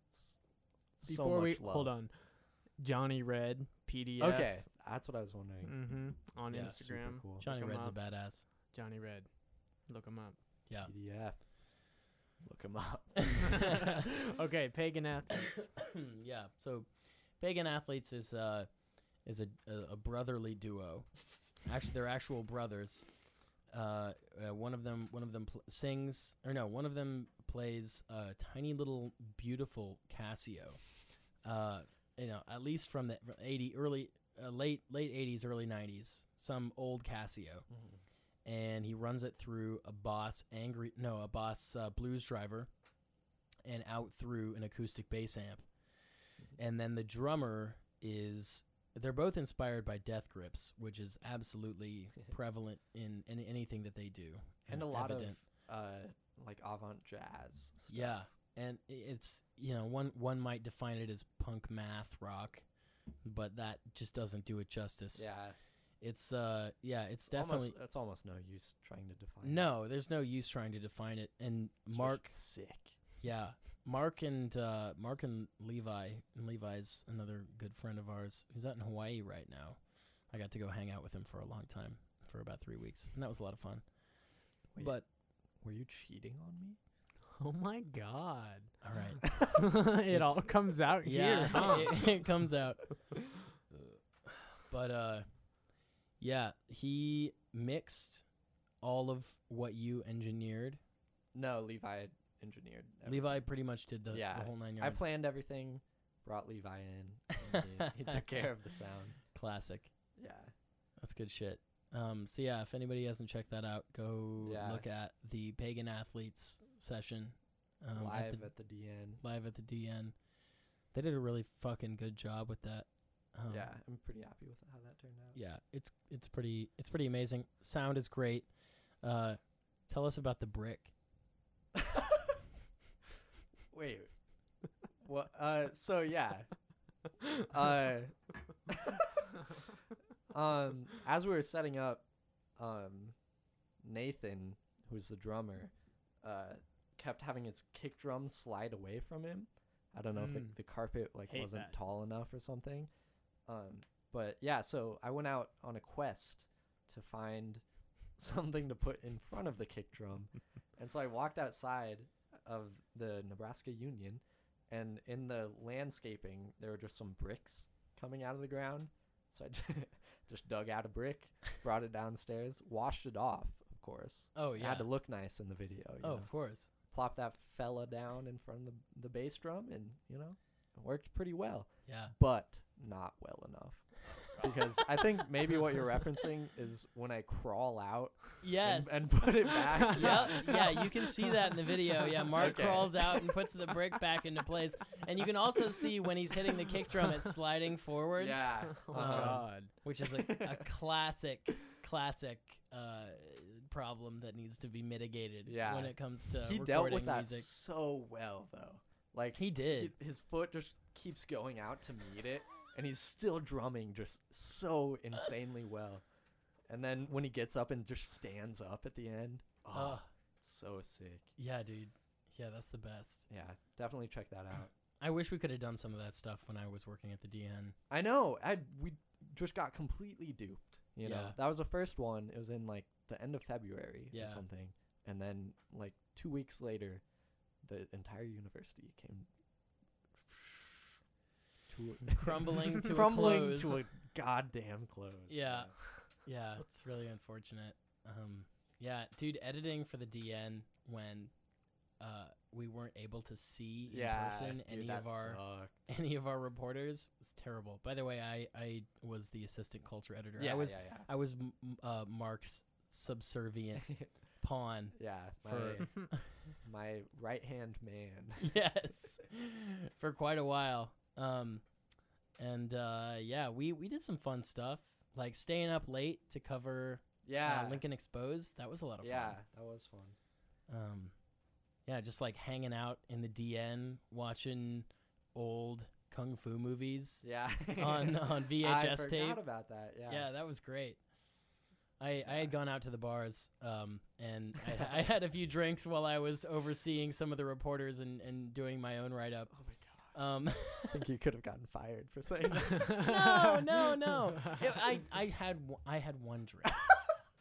Speaker 2: So
Speaker 3: Before we
Speaker 2: much love.
Speaker 3: hold on, Johnny Red PDF.
Speaker 2: Okay, that's what I was wondering.
Speaker 3: hmm On
Speaker 1: Yeah,
Speaker 2: Super
Speaker 3: Instagram,
Speaker 2: cool.
Speaker 1: Johnny
Speaker 3: 'em
Speaker 1: Red's a
Speaker 3: up.
Speaker 1: badass.
Speaker 3: Johnny Red. Look him up.
Speaker 1: Yeah.
Speaker 2: PDF. Look him up.
Speaker 3: okay, pagan athletes.
Speaker 1: Mm, yeah. So, pagan athletes is uh, is a, a a brotherly duo. Actually, they're actual brothers. Uh, uh, one of them one of them pl- sings or no, one of them plays a tiny little beautiful Casio. Uh, you know, at least from the from 80 early uh, late late 80s early 90s, some old Casio. and he runs it through a boss angry no a boss uh, blues driver and out through an acoustic bass amp and then the drummer is they're both inspired by death grips which is absolutely prevalent in, in anything that they do
Speaker 2: And a
Speaker 1: uh,
Speaker 2: lot
Speaker 1: evident.
Speaker 2: of uh, like avant jazz. stuff.
Speaker 1: yeah and i- it's you know one one might define it as punk math rock but that just doesn't do it justice
Speaker 2: Yeah.
Speaker 1: it's uh yeah it's
Speaker 2: Definitely.
Speaker 1: definitely
Speaker 2: it's almost no use trying to define. it.
Speaker 1: no there's no use trying to define it and
Speaker 2: It's just
Speaker 1: mark
Speaker 2: sick.
Speaker 1: Yeah, Mark and uh, Mark and Levi and Levi's another good friend of ours who's out in Hawaii right now. I got to go hang out with him for a long time for about three weeks, and that was a lot of fun.
Speaker 2: Wait.
Speaker 1: But
Speaker 2: Were you cheating on me?
Speaker 3: Oh my god.
Speaker 1: all right,
Speaker 3: it all
Speaker 1: It's-
Speaker 3: comes out
Speaker 1: yeah,
Speaker 3: here. huh?
Speaker 1: it, it comes out. But uh, yeah, he mixed all of what you engineered.
Speaker 2: No, Levi had engineered.
Speaker 1: Levi
Speaker 2: everything.
Speaker 1: pretty much did the,
Speaker 2: Yeah,
Speaker 1: the whole nine
Speaker 2: I
Speaker 1: yards.
Speaker 2: planned everything. Brought Levi in. and he, he took care of the sound.
Speaker 1: Classic.
Speaker 2: Yeah.
Speaker 1: That's good shit. Um, so yeah, if anybody hasn't checked that out, go
Speaker 2: Yeah.
Speaker 1: look at the Pagan Athletes session um,
Speaker 2: Live
Speaker 1: at the,
Speaker 2: at the, DN.
Speaker 1: live at the DN. They did a really fucking good job with that. Um,
Speaker 2: yeah, I'm pretty happy with how that turned out.
Speaker 1: yeah, it's it's pretty it's pretty amazing. Sound is great. Uh, tell us about the brick.
Speaker 2: Wait. Well, uh, so yeah. Uh, um, as we were setting up, um, Nathan, who's the drummer, uh, kept having his kick drum slide away from him. I don't know if the,
Speaker 3: Mm.
Speaker 2: the carpet like
Speaker 3: Hate
Speaker 2: wasn't
Speaker 3: that.
Speaker 2: tall enough or something. Um, but yeah, so I went out on a quest to find something to put in front of the kick drum. and so I walked outside of the Nebraska Union, and in the landscaping, there were just some bricks coming out of the ground. So I ju- just dug out a brick, brought it downstairs, washed it off, of course.
Speaker 1: Oh
Speaker 2: It
Speaker 1: yeah.
Speaker 2: had to look nice in the video. You
Speaker 1: oh,
Speaker 2: know?
Speaker 1: of course.
Speaker 2: Plop that fella down in front of the, the bass drum, and, you know, it worked pretty well,
Speaker 1: Yeah.
Speaker 2: but not well enough. Because I think maybe what you're referencing is when I crawl out
Speaker 1: Yes.
Speaker 2: and, and put it back.
Speaker 1: yep. Yeah, you can see that in the video. Yeah, Mark
Speaker 2: Okay.
Speaker 1: crawls out and puts the brick back into place. And you can also see when he's hitting the kick drum, it's sliding forward,
Speaker 2: Yeah.
Speaker 3: oh
Speaker 2: Um,
Speaker 3: god.
Speaker 1: which is a, a classic, classic uh, problem that needs to be mitigated
Speaker 2: Yeah.
Speaker 1: when it comes to
Speaker 2: he
Speaker 1: Uh, recording
Speaker 2: dealt with that
Speaker 1: music.
Speaker 2: so well though. Like
Speaker 1: He did.
Speaker 2: he- his foot just keeps going out to meet it, and he's still drumming just so insanely well. And then when he gets up and just stands up at the end, oh,
Speaker 1: Ugh.
Speaker 2: so sick.
Speaker 1: yeah, dude. Yeah, that's the best.
Speaker 2: Yeah, definitely check that out.
Speaker 1: I wish we could have done some of that stuff when I was working at the DN.
Speaker 2: I know. I we just got completely duped. You know,
Speaker 1: Yeah.
Speaker 2: that was the first one. It was in like the end of February
Speaker 1: Yeah.
Speaker 2: or something, and then like two weeks later, the entire university came to a-
Speaker 1: Crumbling to a
Speaker 2: crumbling
Speaker 1: close.
Speaker 2: to a goddamn close.
Speaker 1: Yeah. Yeah, it's really unfortunate. Um, yeah, dude, editing for the DN when uh, we weren't able to see in
Speaker 2: yeah.
Speaker 1: person
Speaker 2: dude,
Speaker 1: any
Speaker 2: that
Speaker 1: of our
Speaker 2: sucked.
Speaker 1: any of our reporters was terrible. By the way, I I was the assistant culture editor.
Speaker 2: Yeah,
Speaker 1: I was
Speaker 2: yeah,
Speaker 1: I was m- m- uh, Mark's subservient
Speaker 2: yeah.
Speaker 1: pawn.
Speaker 2: yeah, my
Speaker 1: For- Ah,
Speaker 2: my right hand man.
Speaker 1: yes, for quite a while. Um, and uh, yeah, we we did some fun stuff like staying up late to cover
Speaker 2: Yeah,
Speaker 1: uh, Lincoln Exposed. That was a lot of
Speaker 2: yeah,
Speaker 1: fun.
Speaker 2: that was fun.
Speaker 1: um, yeah, just like hanging out in the DN, watching old kung fu movies
Speaker 2: Yeah,
Speaker 1: on on
Speaker 2: I
Speaker 1: VHS
Speaker 2: forgot
Speaker 1: tape.
Speaker 2: about that. Yeah,
Speaker 1: Yeah. that was great. I, I had gone out to the bars um, and I, I had a few drinks while I was overseeing some of the reporters and, and doing my own write up.
Speaker 2: Oh my god.
Speaker 1: Um,
Speaker 2: I think you could have gotten fired for saying that.
Speaker 1: no, no, no. It- I, I had one- I had one drink.
Speaker 2: Hmm.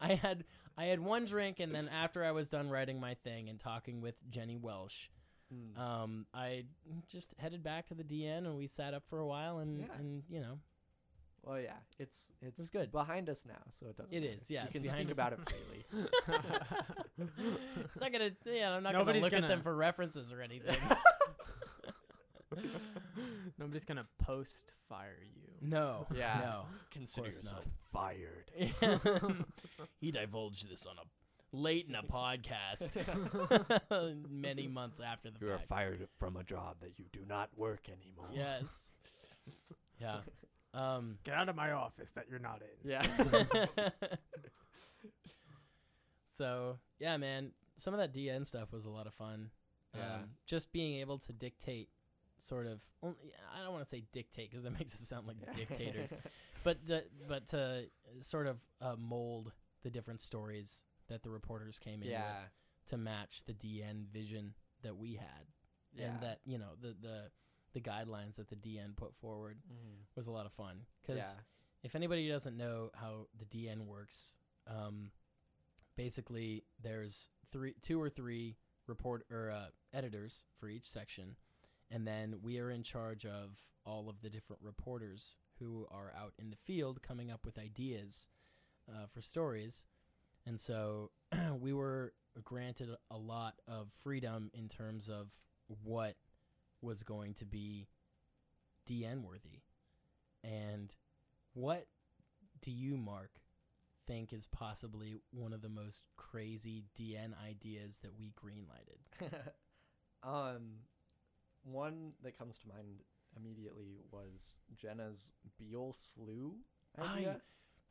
Speaker 1: I had I had one drink and then after I was done writing my thing and talking with Jenny Welsh,
Speaker 2: Mm-hmm. Uh,
Speaker 1: um, I just headed back to the DN and we sat up for a while and,
Speaker 2: Yeah.
Speaker 1: and you know
Speaker 2: well, yeah, it's it's
Speaker 1: was good.
Speaker 2: behind us now, so it doesn't.
Speaker 1: It
Speaker 2: matter.
Speaker 1: is, yeah,
Speaker 2: you
Speaker 1: it's
Speaker 2: can
Speaker 1: behind
Speaker 2: speak
Speaker 1: us.
Speaker 2: about it freely.
Speaker 1: it's not gonna yeah I'm not
Speaker 3: Nobody's
Speaker 1: gonna look at them
Speaker 3: gonna-
Speaker 1: for references or anything.
Speaker 3: Nobody's gonna post fire you.
Speaker 1: no,
Speaker 2: Yeah.
Speaker 1: Consider
Speaker 2: Consider
Speaker 1: yourself
Speaker 2: yourself fired.
Speaker 1: no. he divulged this on a late in a podcast, many months after the
Speaker 2: You are
Speaker 1: fact.
Speaker 2: fired from a job that you do not work anymore.
Speaker 1: Yes. Yeah. Um.
Speaker 3: Get out of my office that you're not in.
Speaker 2: Yeah.
Speaker 1: so yeah, man, some of that DN stuff was a lot of fun.
Speaker 2: Yeah.
Speaker 1: Um, just being able to dictate, sort of. Only, I don't want to say dictate because that makes it sound like dictators, but to, but to sort of uh, mold the different stories that the reporters came in
Speaker 2: yeah.
Speaker 1: with to match the DN vision that we had,
Speaker 2: Yeah.
Speaker 1: and that you know the the the guidelines that the DN put forward
Speaker 2: Mm.
Speaker 1: was a lot of fun because
Speaker 2: Yeah.
Speaker 1: if anybody doesn't know how the DN works, um, basically there's three, two or three report or uh, editors for each section, and then we are in charge of all of the different reporters who are out in the field coming up with ideas uh, for stories, and so we were granted a lot of freedom in terms of what was going to be DN worthy, and what do you, Mark, think is possibly one of the most crazy DN ideas that we greenlighted?
Speaker 2: um, one that comes to mind immediately was Jenna's Beale Slough
Speaker 1: I
Speaker 2: idea.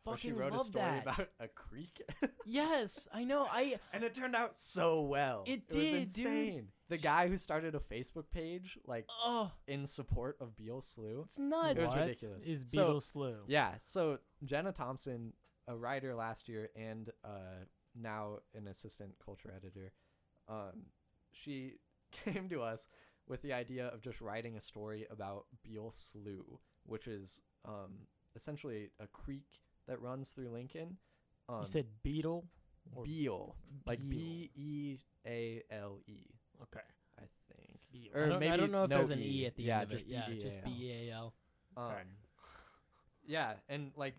Speaker 2: where she
Speaker 1: fucking
Speaker 2: wrote a
Speaker 1: love
Speaker 2: story
Speaker 1: that.
Speaker 2: about a creek.
Speaker 1: yes, I know. I
Speaker 2: and it turned out so well.
Speaker 1: It
Speaker 2: was
Speaker 1: did, dude.
Speaker 2: insane. The
Speaker 1: Sh-
Speaker 2: guy who started a Facebook page like
Speaker 1: oh,
Speaker 2: in support of Beale Slough.
Speaker 1: it's nuts.
Speaker 2: It was
Speaker 3: What
Speaker 2: ridiculous.
Speaker 3: Is
Speaker 2: So-
Speaker 3: Beetle Slew?
Speaker 2: Yeah, so Jenna Thompson, a writer last year and uh, now an assistant culture editor, um, she came to us with the idea of just writing a story about Beale Slough, which is um, essentially a creek that runs through Lincoln. Um,
Speaker 3: you said Beetle. or-
Speaker 2: Beale, like
Speaker 3: Beale.
Speaker 2: B E A L E,
Speaker 3: Okay.
Speaker 2: I think.
Speaker 3: Beetle.
Speaker 1: I
Speaker 2: or
Speaker 1: don't, I don't
Speaker 2: maybe
Speaker 1: know if
Speaker 2: no
Speaker 1: there's an
Speaker 2: E.
Speaker 1: E at the
Speaker 2: Yeah,
Speaker 1: end of
Speaker 2: just
Speaker 1: it. Yeah, just
Speaker 2: B
Speaker 1: B A L.
Speaker 2: Um,
Speaker 3: Okay.
Speaker 2: Yeah, and like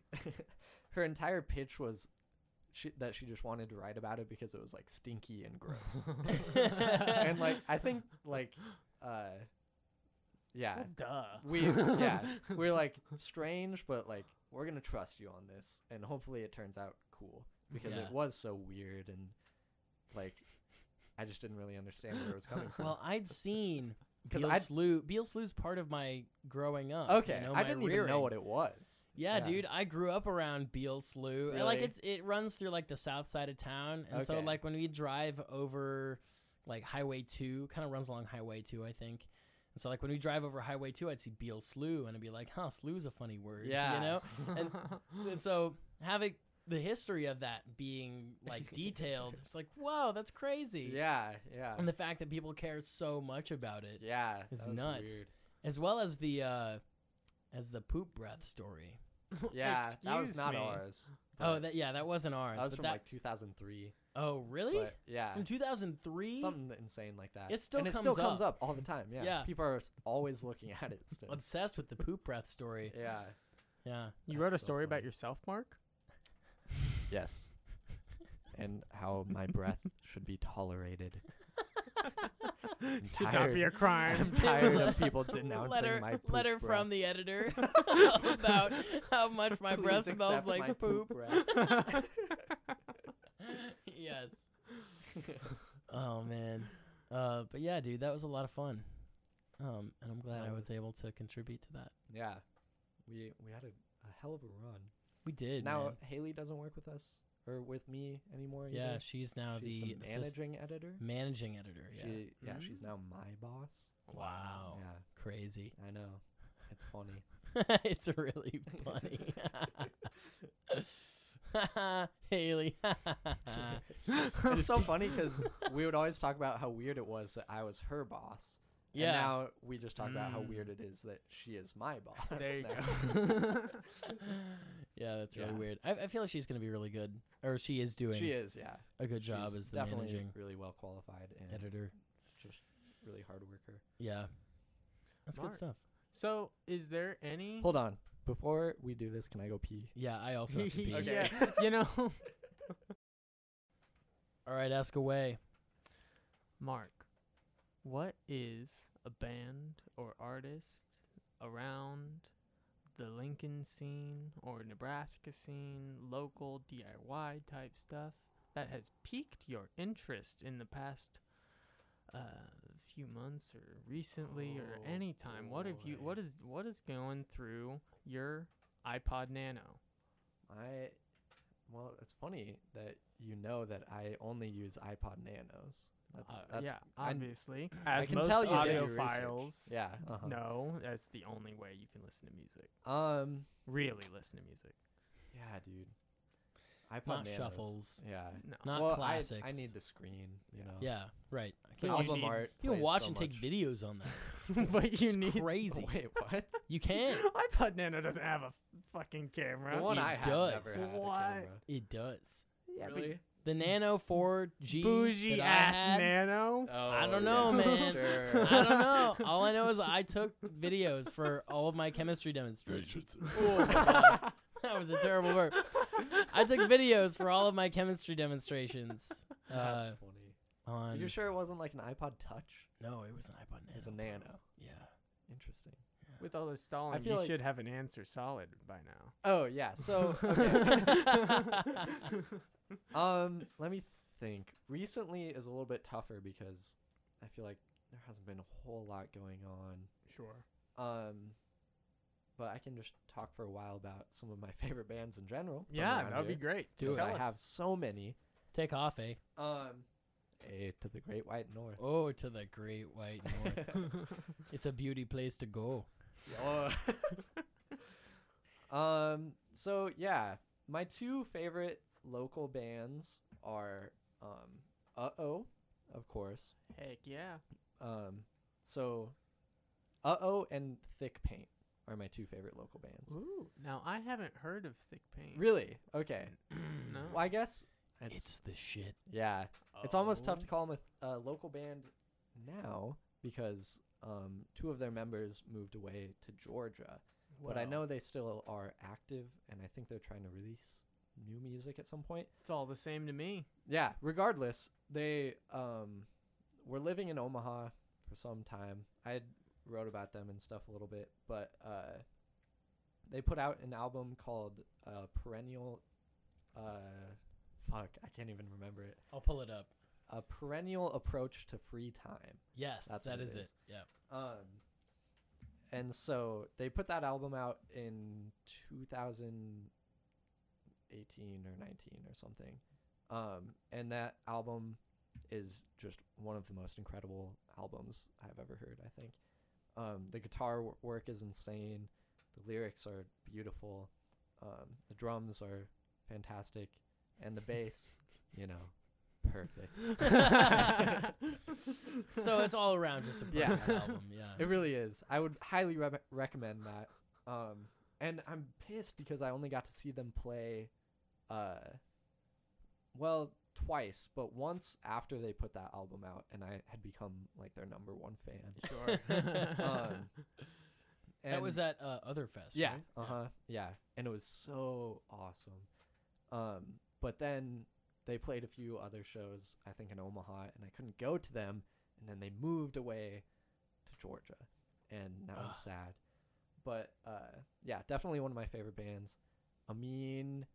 Speaker 2: her entire pitch was she, that she just wanted to write about it because it was like stinky and gross. and like I think like uh yeah,
Speaker 3: Duh.
Speaker 2: we yeah, we're like strange but like we're going to trust you on this and hopefully it turns out cool because
Speaker 1: Yeah.
Speaker 2: it was so weird and like I just didn't really understand where it was coming from.
Speaker 1: Well, I'd seen
Speaker 2: 'Cause
Speaker 1: Beale
Speaker 2: I'd-
Speaker 1: Slough. Beale Slough's part of my growing up.
Speaker 2: Okay,
Speaker 1: you know, my
Speaker 2: I didn't even know
Speaker 1: rearing.
Speaker 2: what it was.
Speaker 1: Yeah,
Speaker 2: Yeah.
Speaker 1: dude, I grew up around Beale Slough. And, Like
Speaker 2: Really?
Speaker 1: it's it runs through like the south side of town, and so
Speaker 2: Okay.
Speaker 1: like when we drive over like Highway Two, kind of runs along Highway Two, I think. And so like when we drive over Highway Two, I'd see Beale Slough, and I'd be like, "Huh, Slough's a funny word." you
Speaker 2: Yeah.
Speaker 1: know. And so having the history of that being like detailed, it's like, whoa, that's crazy.
Speaker 2: Yeah, yeah,
Speaker 1: And the fact that people care so much about it,
Speaker 2: yeah.
Speaker 1: It's
Speaker 2: that was
Speaker 1: nuts.
Speaker 2: weird.
Speaker 1: as well as the uh as the poop breath story.
Speaker 2: Yeah, that was
Speaker 3: Excuse
Speaker 2: not
Speaker 3: me.
Speaker 2: ours.
Speaker 1: Oh,
Speaker 2: but
Speaker 1: that yeah, that wasn't ours.
Speaker 2: that was
Speaker 1: but
Speaker 2: from
Speaker 1: that,
Speaker 2: like 2003.
Speaker 1: oh, really?
Speaker 2: But yeah,
Speaker 1: From 2003?
Speaker 2: Ah. something insane like that.
Speaker 1: It still
Speaker 2: and
Speaker 1: comes
Speaker 2: it still comes
Speaker 1: up.
Speaker 2: up all the time. Yeah,
Speaker 1: Yeah.
Speaker 2: people are s- always looking at it. Still.
Speaker 1: Obsessed with the poop breath story.
Speaker 2: Yeah.
Speaker 1: Yeah.
Speaker 3: you wrote a
Speaker 1: That's so
Speaker 3: story
Speaker 1: funny.
Speaker 3: about yourself, Mark.
Speaker 2: Yes. and how my breath should be tolerated. I'm
Speaker 3: Should not
Speaker 2: tired-
Speaker 3: be a crime.
Speaker 2: I'm tired
Speaker 1: was a
Speaker 2: of people denouncing
Speaker 1: letter,
Speaker 2: my poop
Speaker 1: letter
Speaker 2: breath.
Speaker 1: from the editor about how much my
Speaker 2: Please
Speaker 1: breath smells
Speaker 2: accept
Speaker 1: like
Speaker 2: my
Speaker 1: poop.
Speaker 2: breath.
Speaker 1: yes. oh man. Uh, but yeah, dude, that was a lot of fun. Um, and I'm glad
Speaker 2: That
Speaker 1: I was
Speaker 2: was-
Speaker 1: able to contribute to that.
Speaker 2: Yeah. We we had a, a hell of a run.
Speaker 1: We did.
Speaker 2: now
Speaker 1: man.
Speaker 2: Haley doesn't work with us or with me anymore. either.
Speaker 1: yeah, she's now
Speaker 2: she's
Speaker 1: the,
Speaker 2: the,
Speaker 1: assist-
Speaker 2: managing editor.
Speaker 1: managing editor. Yeah. Hmm? Oh.
Speaker 2: She yeah, she's now my boss.
Speaker 1: wow.
Speaker 2: Yeah,
Speaker 1: Crazy.
Speaker 2: I know. It's funny.
Speaker 1: it's really funny. Haley.
Speaker 2: it's so funny because we would always talk about how weird it was that I was her boss.
Speaker 1: yeah. Hmm.
Speaker 2: And now we just talk about how
Speaker 3: Mm.
Speaker 2: weird it is that she is my boss.
Speaker 3: There you
Speaker 2: now.
Speaker 1: yeah, that's really
Speaker 2: Yeah.
Speaker 1: weird. I, I feel like she's gonna be really good, or she is doing
Speaker 2: She is, yeah.
Speaker 1: a good job
Speaker 2: She's
Speaker 1: as the
Speaker 2: definitely
Speaker 1: managing
Speaker 2: really well qualified and
Speaker 1: editor.
Speaker 2: just really hard worker.
Speaker 1: Yeah, that's
Speaker 3: Mark.
Speaker 1: good stuff.
Speaker 3: so, is there
Speaker 1: Mm.
Speaker 3: any?
Speaker 2: Hold on. Before we do this, can I go pee?
Speaker 1: Yeah, I also have to be.
Speaker 2: Okay.
Speaker 3: Yeah, you know,
Speaker 1: All right, ask away.
Speaker 3: Mark, what is a band or artist around the Lincoln scene or Nebraska scene, local DIY type stuff that has piqued your interest in the past uh, few months or recently
Speaker 2: Oh,
Speaker 3: or any time? What have you?
Speaker 2: boy.
Speaker 3: What is what is going through your iPod Nano?
Speaker 2: I well, it's funny that you know that I only use iPod Nanos. That's
Speaker 3: Uh,
Speaker 2: that's
Speaker 3: yeah,
Speaker 2: I-
Speaker 3: obviously.
Speaker 2: I
Speaker 3: as
Speaker 2: can
Speaker 3: most
Speaker 2: tell you did your research.
Speaker 3: audiophiles,
Speaker 2: Yeah. uh-huh.
Speaker 3: no, that's the only way you can listen to music.
Speaker 2: Um.
Speaker 3: Really listen to music.
Speaker 2: Yeah, dude. iPod
Speaker 1: Not
Speaker 2: Nanos.
Speaker 1: shuffles.
Speaker 2: Yeah.
Speaker 3: No.
Speaker 1: Not
Speaker 2: well, I-
Speaker 1: classics.
Speaker 2: I, need the screen. You know.
Speaker 1: Yeah, right. I
Speaker 3: But
Speaker 1: can't
Speaker 3: you
Speaker 1: watch-
Speaker 2: Album
Speaker 3: need-
Speaker 2: art.
Speaker 1: you can
Speaker 2: plays
Speaker 1: watch
Speaker 2: so
Speaker 1: and take
Speaker 2: much.
Speaker 1: videos on that.
Speaker 3: but you
Speaker 1: It's
Speaker 3: need
Speaker 1: crazy.
Speaker 2: Wait, what?
Speaker 1: You can.
Speaker 3: iPod Nano doesn't have a f- fucking camera.
Speaker 2: the one
Speaker 1: It
Speaker 2: I have
Speaker 1: does.
Speaker 2: never had a
Speaker 3: What?
Speaker 2: camera.
Speaker 1: It does.
Speaker 2: Yeah,
Speaker 3: but
Speaker 2: really?
Speaker 1: The Nano 4G.
Speaker 3: Bougie
Speaker 1: that I
Speaker 3: ass
Speaker 1: had,
Speaker 3: Nano.
Speaker 1: I don't know,
Speaker 2: Oh, yeah,
Speaker 1: man.
Speaker 2: sure.
Speaker 1: I don't know. All I know is I took videos for all of my chemistry demonstrations. Oh, God. that was a terrible word. I took videos for all of my chemistry demonstrations. Uh,
Speaker 2: That's funny. Are
Speaker 1: on
Speaker 2: you sure it wasn't like an iPod Touch?
Speaker 1: no, it was an iPod Nano.
Speaker 2: It's a Nano.
Speaker 1: Yeah.
Speaker 2: Interesting.
Speaker 3: With all this stalling,
Speaker 2: I feel
Speaker 3: you
Speaker 2: like-
Speaker 3: should have an answer solid by now.
Speaker 2: Oh yeah. So okay. um, let me think. Recently is a little bit tougher because I feel like there hasn't been a whole lot going on.
Speaker 3: Sure.
Speaker 2: Um, but I can just talk for a while about some of my favorite bands in general. from
Speaker 3: Yeah,
Speaker 2: around
Speaker 3: that would be
Speaker 2: here,
Speaker 3: great.
Speaker 1: Do
Speaker 2: Because
Speaker 3: Just
Speaker 1: it.
Speaker 3: tell
Speaker 2: I
Speaker 3: us.
Speaker 2: have so many.
Speaker 1: Take off, eh?
Speaker 2: Um, a to the Great White North.
Speaker 1: Oh, to the great white north. it's a beauty place to go.
Speaker 2: um, so yeah, my two favorite local bands are um, Uh Oh, of course.
Speaker 3: Heck yeah.
Speaker 2: Um, so Uh Oh and Thick Paint are my two favorite local bands.
Speaker 3: Ooh. Now I haven't heard of thick paint.
Speaker 2: Really? Okay.
Speaker 3: No.
Speaker 2: Well, I guess it's,
Speaker 1: It's the shit.
Speaker 2: yeah. It's almost tough to
Speaker 3: Oh.
Speaker 2: call them a, a local band now because um, two of their members moved away to Georgia. but I know they still are active, and I think they're trying to release new music at some point.
Speaker 3: it's all the same to me.
Speaker 2: Yeah, regardless, they um, were living in Omaha for some time. I had wrote about them and stuff a little bit, but uh, they put out an album called uh, Perennial. Uh, fuck, I can't even remember it.
Speaker 1: I'll pull it up.
Speaker 2: a perennial approach to free time.
Speaker 1: Yes,
Speaker 2: That's
Speaker 1: That's
Speaker 2: what it
Speaker 1: it.
Speaker 2: is.
Speaker 1: Yeah.
Speaker 2: Um, and so they put that album out in 2018 or 19 or something. Um, and that album is just one of the most incredible albums I've ever heard, I think. Um, the guitar w- work is insane. The lyrics are beautiful. Um, the drums are fantastic. And the bass, you know, perfect.
Speaker 1: so it's all around just a
Speaker 2: Yeah.
Speaker 1: perfect album. Yeah.
Speaker 2: It really is. I would highly re- recommend that. Um, and I'm pissed because I only got to see them play, uh, well, twice, but once after they put that album out, and I had become like their number one fan.
Speaker 3: Sure.
Speaker 2: Um, And
Speaker 1: that was at uh, Other Fest.
Speaker 2: yeah.
Speaker 1: right? Uh-huh.
Speaker 2: Uh huh. Yeah. And it was so awesome. Um, but then they played a few other shows, I think in Omaha, and I couldn't go to them. And then they moved away to Georgia, and now I'm
Speaker 1: Ah.
Speaker 2: sad. But uh, yeah, definitely one of my favorite bands. Amin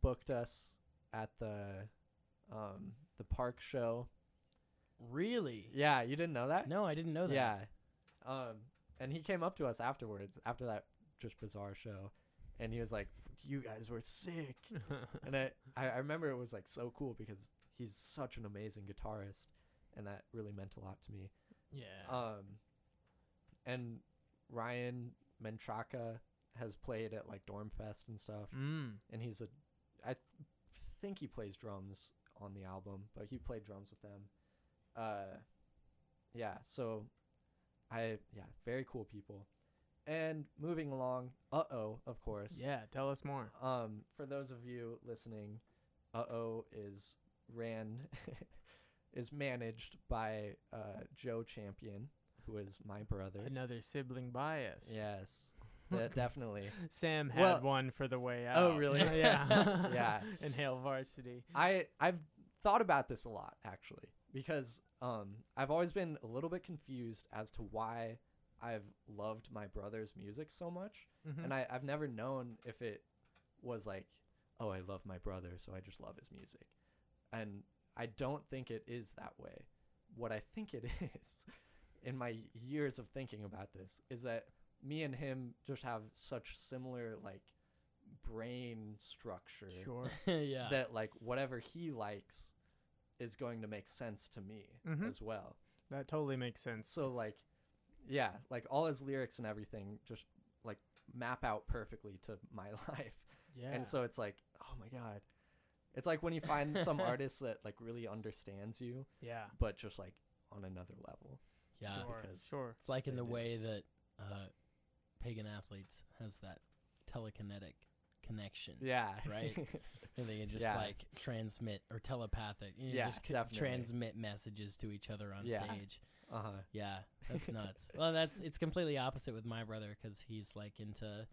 Speaker 2: booked us at the um, the park show.
Speaker 1: Really?
Speaker 2: Yeah, you didn't know that?
Speaker 1: No, I didn't know Oh, that.
Speaker 2: Yeah. Um, and he came up to us afterwards, after that just bizarre show, and he was like, "You guys were sick." and I, I I remember it was like so cool because he's such an amazing guitarist, and that really meant a lot to me.
Speaker 3: yeah.
Speaker 2: Um, and Ryan Menchaca has played at like Dorm Fest and stuff,
Speaker 3: mm.
Speaker 2: and he's a, I th- think he plays drums on the album, but he played drums with them. Uh, yeah, so I yeah, very cool people. And moving along, uh oh, of course.
Speaker 3: Yeah. Tell us more.
Speaker 2: Um, for those of you listening, uh oh is ran is managed by uh Joe Champion, who is my brother.
Speaker 3: Another sibling bias.
Speaker 2: Yes, de- definitely.
Speaker 3: Sam had
Speaker 2: Well-
Speaker 3: one for the way out.
Speaker 2: Oh, really?
Speaker 3: yeah.
Speaker 2: Yeah.
Speaker 3: In Hale Varsity.
Speaker 2: I I've thought about this a lot actually because um I've always been a little bit confused as to why I've loved my brother's music so much
Speaker 3: Mm-hmm. Hmm.
Speaker 2: and I I've never known if it was like oh I love my brother so I just love his music and I don't think it is that way what I think it is in my years of thinking about this is that me and him just have such similar like brain structure
Speaker 3: Sure.
Speaker 1: yeah.
Speaker 2: that like whatever he likes is going to make sense to me
Speaker 1: Mm-hmm.
Speaker 3: Mhm.
Speaker 2: as well.
Speaker 3: That totally makes sense.
Speaker 2: So
Speaker 3: It's-
Speaker 2: like yeah, like all his lyrics and everything just like map out perfectly to my life.
Speaker 3: yeah.
Speaker 2: And so it's like, oh my god. It's like when you find some artist that like really understands you
Speaker 3: yeah.
Speaker 2: but just like on another level.
Speaker 1: yeah.
Speaker 3: Sure.
Speaker 2: because-
Speaker 3: Sure.
Speaker 1: It's like in
Speaker 2: They
Speaker 1: the
Speaker 2: do.
Speaker 1: way that uh, pagan athletes has that telekinetic connection.
Speaker 2: Yeah.
Speaker 1: Right. And they can just
Speaker 2: Yeah.
Speaker 1: like transmit or telepathic. You know,
Speaker 2: Yeah,
Speaker 1: just could
Speaker 2: definitely.
Speaker 1: transmit messages to each other on
Speaker 2: Yeah.
Speaker 1: stage.
Speaker 2: uh-huh.
Speaker 1: Yeah, that's nuts. well, that's it's completely opposite with my brother because he's like into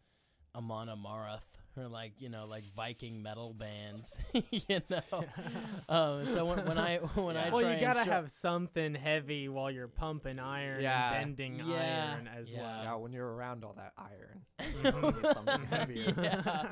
Speaker 1: Amana Marath or like you know like Viking metal bands. you know, um, and so when, when I when I
Speaker 2: Yeah.
Speaker 1: try
Speaker 3: well, you
Speaker 1: and
Speaker 3: gotta
Speaker 1: show-
Speaker 3: have something heavy while you're pumping iron
Speaker 2: Yeah.
Speaker 3: and bending
Speaker 1: Yeah,
Speaker 3: iron as
Speaker 1: yeah.
Speaker 3: well.
Speaker 2: Now when you're around all that iron, you need something heavier.
Speaker 1: Yeah.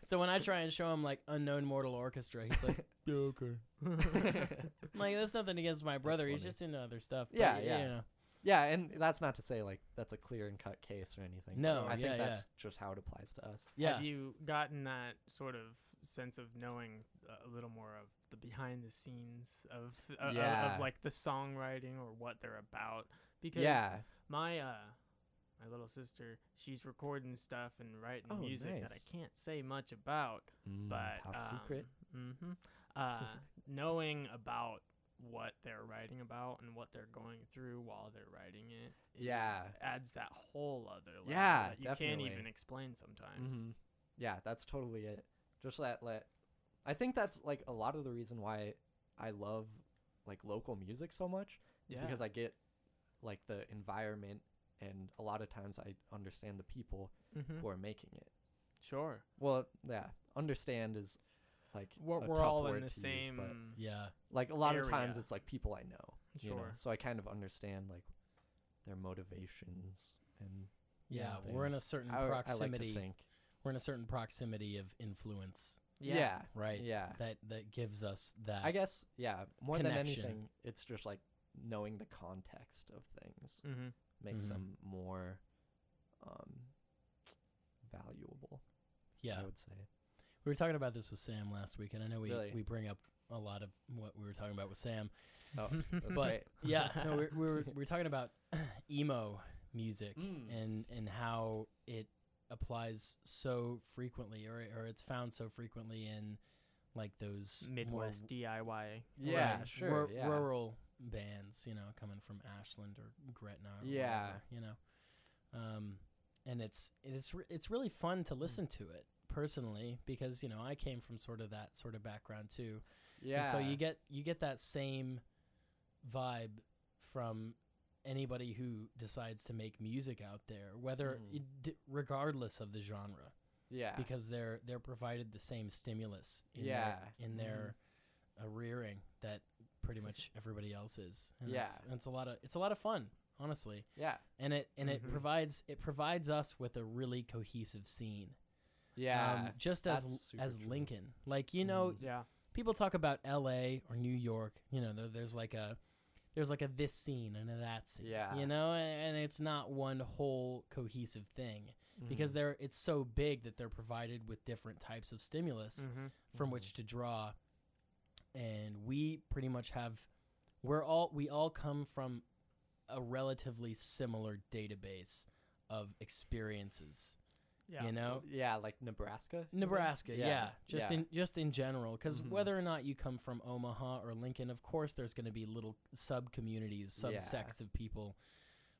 Speaker 1: So when I try and show him like Unknown Mortal Orchestra, he's like, "Yeah, okay. Like that's nothing against my brother. He's
Speaker 2: funny.
Speaker 1: just into other stuff. but,
Speaker 2: Yeah,
Speaker 1: y-
Speaker 2: yeah.
Speaker 1: You know.
Speaker 2: Yeah, and that's not to say like that's a clear and cut case or anything.
Speaker 1: No, yeah,
Speaker 2: I think
Speaker 1: yeah.
Speaker 2: that's just how it applies to us.
Speaker 1: Yeah.
Speaker 3: Have you gotten that sort of sense of knowing uh, a little more of the behind the scenes of uh, of-
Speaker 2: Yeah.
Speaker 3: of like the songwriting or what they're about? Because
Speaker 2: yeah,
Speaker 3: my uh my little sister, she's recording stuff and writing
Speaker 2: Oh,
Speaker 3: music that
Speaker 2: nice.
Speaker 3: I can't say much about, but
Speaker 2: Mm,
Speaker 3: um,
Speaker 2: top secret.
Speaker 3: hmm Uh, knowing about what they're writing about and what they're going through while they're writing it, it
Speaker 2: Yeah.
Speaker 3: adds that whole other level
Speaker 2: Yeah,
Speaker 3: that you
Speaker 2: definitely.
Speaker 3: can't even explain sometimes.
Speaker 2: hmm Yeah, that's totally it. Just that let. I think that's like a lot of the reason why I love like local music so much is
Speaker 3: Yeah.
Speaker 2: because I get like the environment and a lot of times I understand the people
Speaker 3: Mhm.
Speaker 2: who are making it.
Speaker 3: Sure.
Speaker 2: Well, yeah, understand is like
Speaker 3: We're,
Speaker 2: a
Speaker 3: we're
Speaker 2: tough
Speaker 3: all
Speaker 2: word
Speaker 3: in the
Speaker 2: to use,
Speaker 3: same.
Speaker 2: but
Speaker 1: Yeah.
Speaker 2: like a lot of times
Speaker 3: area.
Speaker 2: it's like people I know. you know,
Speaker 3: sure.
Speaker 2: so I kind of understand like their motivations and
Speaker 1: Yeah.
Speaker 2: Yeah,
Speaker 1: We're in a
Speaker 2: things.
Speaker 1: certain
Speaker 2: I, I like to
Speaker 1: proximity.
Speaker 2: think.
Speaker 1: we're in a certain proximity of influence
Speaker 2: Yeah. Yeah.
Speaker 1: right? That that gives us that.
Speaker 2: I guess yeah, more than
Speaker 1: Connection.
Speaker 2: anything, it's just like knowing the context of things
Speaker 3: Mm-hmm.
Speaker 2: makes
Speaker 1: Mhm.
Speaker 2: them more um valuable,
Speaker 1: yeah.
Speaker 2: I would say.
Speaker 1: We were talking about this with Sam last week, and I know we
Speaker 2: Really?
Speaker 1: we bring up a lot of what we were talking about with Sam.
Speaker 2: Oh, that's
Speaker 1: But-
Speaker 2: great.
Speaker 1: Yeah, no, we we were we were talking about emo music
Speaker 2: Hmm.
Speaker 1: and and how it applies so frequently, or or it's found so frequently in like those more
Speaker 3: Midwest DIY.
Speaker 2: Yeah,
Speaker 1: Right.
Speaker 2: sure.
Speaker 1: Rur-
Speaker 2: yeah.
Speaker 1: Rural bands, you know, coming from Ashland or Gretna. Or
Speaker 2: Yeah.
Speaker 1: whatever, you know, um, and it's it's re- it's really fun
Speaker 2: Hmm.
Speaker 1: to listen to it personally because you know I came from sort of that sort of background too.
Speaker 2: Yeah.
Speaker 1: And so you get you get that same vibe from anybody who decides to make music out there, whether
Speaker 2: Mhm.
Speaker 1: it d- regardless of the genre
Speaker 2: yeah.
Speaker 1: because they're they're provided the same stimulus in
Speaker 2: Yeah.
Speaker 1: their, in
Speaker 2: Mm-hmm.
Speaker 1: their uh, rearing that pretty much everybody else is. And
Speaker 2: Yeah.
Speaker 1: it's, it's a lot of it's a lot of fun, honestly.
Speaker 2: yeah.
Speaker 1: And it and
Speaker 2: Mm-hmm.
Speaker 3: Mhm.
Speaker 1: it provides it provides us with a really cohesive scene. Um,
Speaker 2: Yeah.
Speaker 1: just as
Speaker 2: that's super
Speaker 1: as
Speaker 2: true. Mm-hmm.
Speaker 1: Lincoln, like you know,
Speaker 3: Yeah.
Speaker 1: people talk about L.A. or New York. You know, there, there's like a there's like a this scene and a that scene.
Speaker 2: Yeah.
Speaker 1: you know, and, and it's not one whole cohesive thing because
Speaker 2: Mhm.
Speaker 1: they're it's so big that they're provided with different types of stimulus
Speaker 3: Mm-hmm.
Speaker 1: from which to draw and we pretty much have we're all we all come from a relatively similar database of experiences
Speaker 3: Yeah.
Speaker 1: you know
Speaker 2: yeah, like Nebraska. you think?
Speaker 1: Nebraska, yeah, just
Speaker 2: yeah.
Speaker 1: in just in general, because
Speaker 2: Mhm.
Speaker 1: whether or not you come from Omaha or Lincoln, of course, there's going to be little sub communities,
Speaker 2: Yeah.
Speaker 1: subsects of people.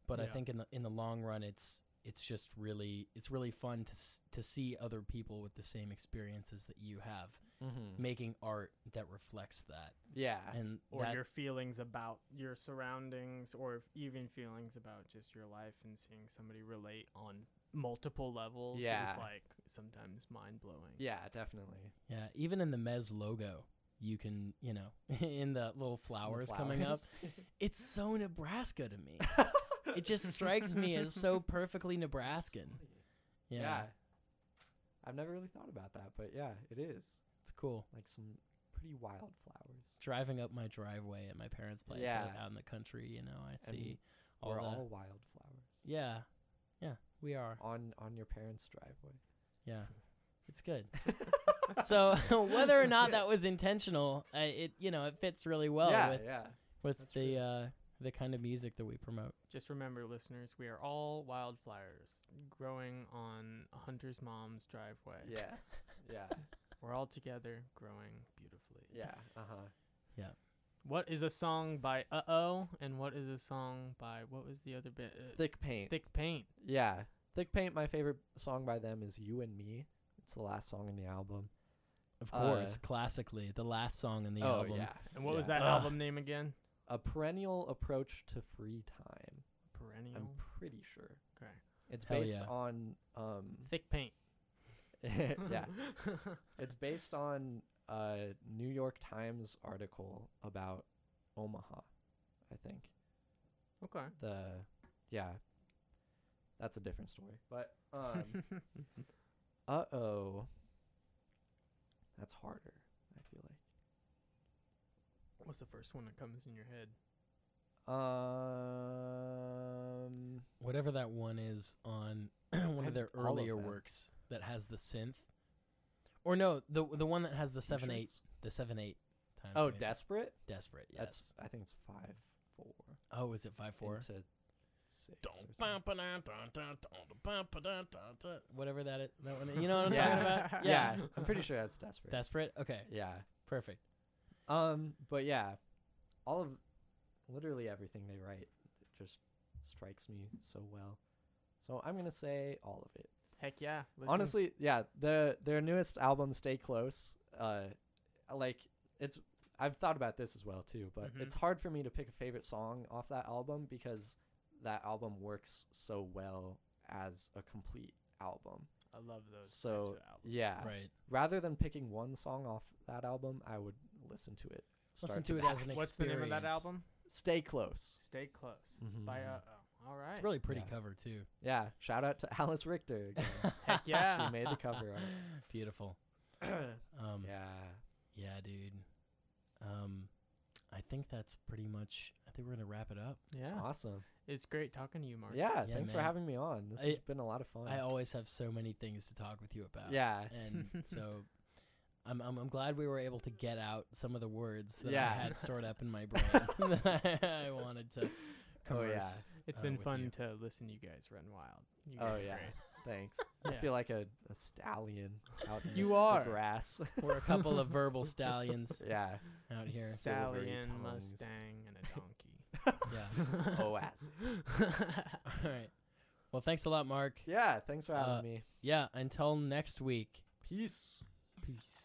Speaker 1: But I
Speaker 3: Yeah.
Speaker 1: think in the in the long run, it's it's just really it's really fun to s- to see other people with the same experiences that you have
Speaker 2: Mhm.
Speaker 1: making art that reflects that,
Speaker 2: Yeah.
Speaker 1: and
Speaker 3: or
Speaker 1: that,
Speaker 3: your feelings about your surroundings or if- even feelings about just your life and seeing somebody relate on multiple levels
Speaker 2: Yeah.
Speaker 3: is like sometimes mind blowing.
Speaker 2: Yeah, definitely.
Speaker 1: yeah, even in the Mez logo, you can you know in the little flowers coming up, it's so Nebraska to me. it just strikes me as so perfectly Nebraskan. Yeah,
Speaker 2: Yeah. I've never really thought about that, but yeah, it is.
Speaker 1: it's cool.
Speaker 2: Like some pretty wild flowers.
Speaker 1: Driving up my driveway at my parents' place out,
Speaker 2: Yeah.
Speaker 1: out in the country, you know, I
Speaker 2: mean,
Speaker 1: see all
Speaker 2: We're
Speaker 1: the
Speaker 2: all wild flowers.
Speaker 1: yeah, yeah, we are.
Speaker 2: On on your parents' driveway.
Speaker 1: Yeah, it's good. so whether or not that was intentional, I, it you know it fits really well
Speaker 2: yeah,
Speaker 1: with
Speaker 2: yeah.
Speaker 1: with
Speaker 2: that's
Speaker 1: the
Speaker 2: true.
Speaker 1: uh, the kind of music that we promote.
Speaker 3: Just remember, listeners, we are all wildflowers growing on a hunter's mom's driveway.
Speaker 2: Yes. Yeah.
Speaker 3: We're all together growing beautifully.
Speaker 2: Yeah. Uh huh.
Speaker 3: What is a song by Uh Oh and what is a song by what was the other bit? Uh,
Speaker 2: Thick paint.
Speaker 3: Thick Paint.
Speaker 2: Yeah. Thick Paint, my favorite song by them is You and Me. It's the last song in the album.
Speaker 1: Of
Speaker 2: Uh,
Speaker 1: course, classically, the last song in the album.
Speaker 3: And what was
Speaker 2: Oh, Yeah.
Speaker 3: that
Speaker 1: Ugh.
Speaker 3: album name again?
Speaker 2: A perennial approach to free time.
Speaker 3: Perennial.
Speaker 2: I'm pretty sure.
Speaker 3: Okay.
Speaker 2: It's
Speaker 1: Mm. Hell
Speaker 2: based
Speaker 1: yeah.
Speaker 2: on um
Speaker 3: Thick Paint.
Speaker 2: yeah. It's based on a New York Times article about Omaha, I think.
Speaker 3: okay.
Speaker 2: The yeah. That's a different story. But um Uh oh. That's harder, I feel like.
Speaker 3: What's the first one that comes in your head?
Speaker 2: Um
Speaker 1: Whatever that one is on one of
Speaker 2: have
Speaker 1: their
Speaker 2: all of
Speaker 1: earlier
Speaker 2: them.
Speaker 1: works that has the synth, or no, the the one that has the seven eight
Speaker 2: Insurance?
Speaker 1: the seven eight times.
Speaker 2: Oh,
Speaker 1: speed.
Speaker 2: desperate?
Speaker 1: desperate. Yes.
Speaker 2: That's I think it's five four.
Speaker 1: oh, is it five four?
Speaker 2: into six. or something.
Speaker 1: Whatever that is, that one. You know what I'm
Speaker 2: Yeah.
Speaker 1: talking about?
Speaker 2: Yeah. I'm pretty sure that's desperate.
Speaker 1: Desperate. Okay.
Speaker 2: yeah.
Speaker 1: Perfect.
Speaker 2: Um, but yeah. All of literally everything they write just strikes me so well. So I'm gonna say all of it.
Speaker 3: Heck yeah. Listen.
Speaker 2: honestly yeah the their newest album stay close uh like it's i've thought about this as well too but
Speaker 3: Mhm.
Speaker 1: Mm-hmm.
Speaker 2: it's hard for me to pick a favorite song off that album because that album works so well as a complete album
Speaker 3: I love those. types
Speaker 2: so,
Speaker 3: of albums.
Speaker 2: yeah
Speaker 1: Right.
Speaker 2: rather than picking one song off that album i would listen to it
Speaker 1: Listen to
Speaker 2: start
Speaker 1: it
Speaker 2: back.
Speaker 1: as an experience.
Speaker 3: What's the name of that album?
Speaker 2: stay close
Speaker 3: Stay Close
Speaker 2: Mhm.
Speaker 3: by Uh Oh. All right.
Speaker 1: It's a really pretty
Speaker 2: Yeah.
Speaker 1: cover too.
Speaker 2: yeah shout out to alice richter again.
Speaker 3: Heck yeah.
Speaker 2: she made the cover art
Speaker 1: Beautiful. Um, yeah.
Speaker 2: yeah.
Speaker 1: dude. Um, I think that's pretty much. I think we're gonna wrap it up.
Speaker 3: Yeah.
Speaker 2: Awesome.
Speaker 3: It's great talking to you, Mark.
Speaker 2: Yeah,
Speaker 1: Yeah,
Speaker 2: thanks for
Speaker 1: man.
Speaker 2: having me on. This
Speaker 1: I-
Speaker 2: has been a lot of fun.
Speaker 1: I always have so many things to talk with you about.
Speaker 2: yeah.
Speaker 1: and so. I'm, I'm, I'm glad we were able to get out some of the words that
Speaker 2: Yeah.
Speaker 1: I had stored up in my brain that I, I wanted to
Speaker 2: Oh yeah.
Speaker 1: converse.
Speaker 3: It's
Speaker 1: uh,
Speaker 3: been
Speaker 1: with
Speaker 3: fun
Speaker 1: you.
Speaker 3: to listen to you guys run wild. You
Speaker 2: Oh
Speaker 3: guys are
Speaker 2: yeah.
Speaker 3: great.
Speaker 2: Thanks. I
Speaker 3: Yeah.
Speaker 2: feel like a, a stallion out in the-
Speaker 3: You
Speaker 2: the
Speaker 3: are.
Speaker 2: grass.
Speaker 1: We're a couple of verbal stallions
Speaker 2: yeah.
Speaker 1: out here.
Speaker 2: Silvery
Speaker 3: Stallion,
Speaker 2: tongues.
Speaker 3: Mustang, and a donkey.
Speaker 1: Yeah.
Speaker 2: Oh, ass.
Speaker 1: All right. Well, thanks a lot, Mark.
Speaker 2: Yeah. Thanks for having
Speaker 1: Uh,
Speaker 2: me.
Speaker 1: Yeah, until next week.
Speaker 2: Peace.
Speaker 3: Peace.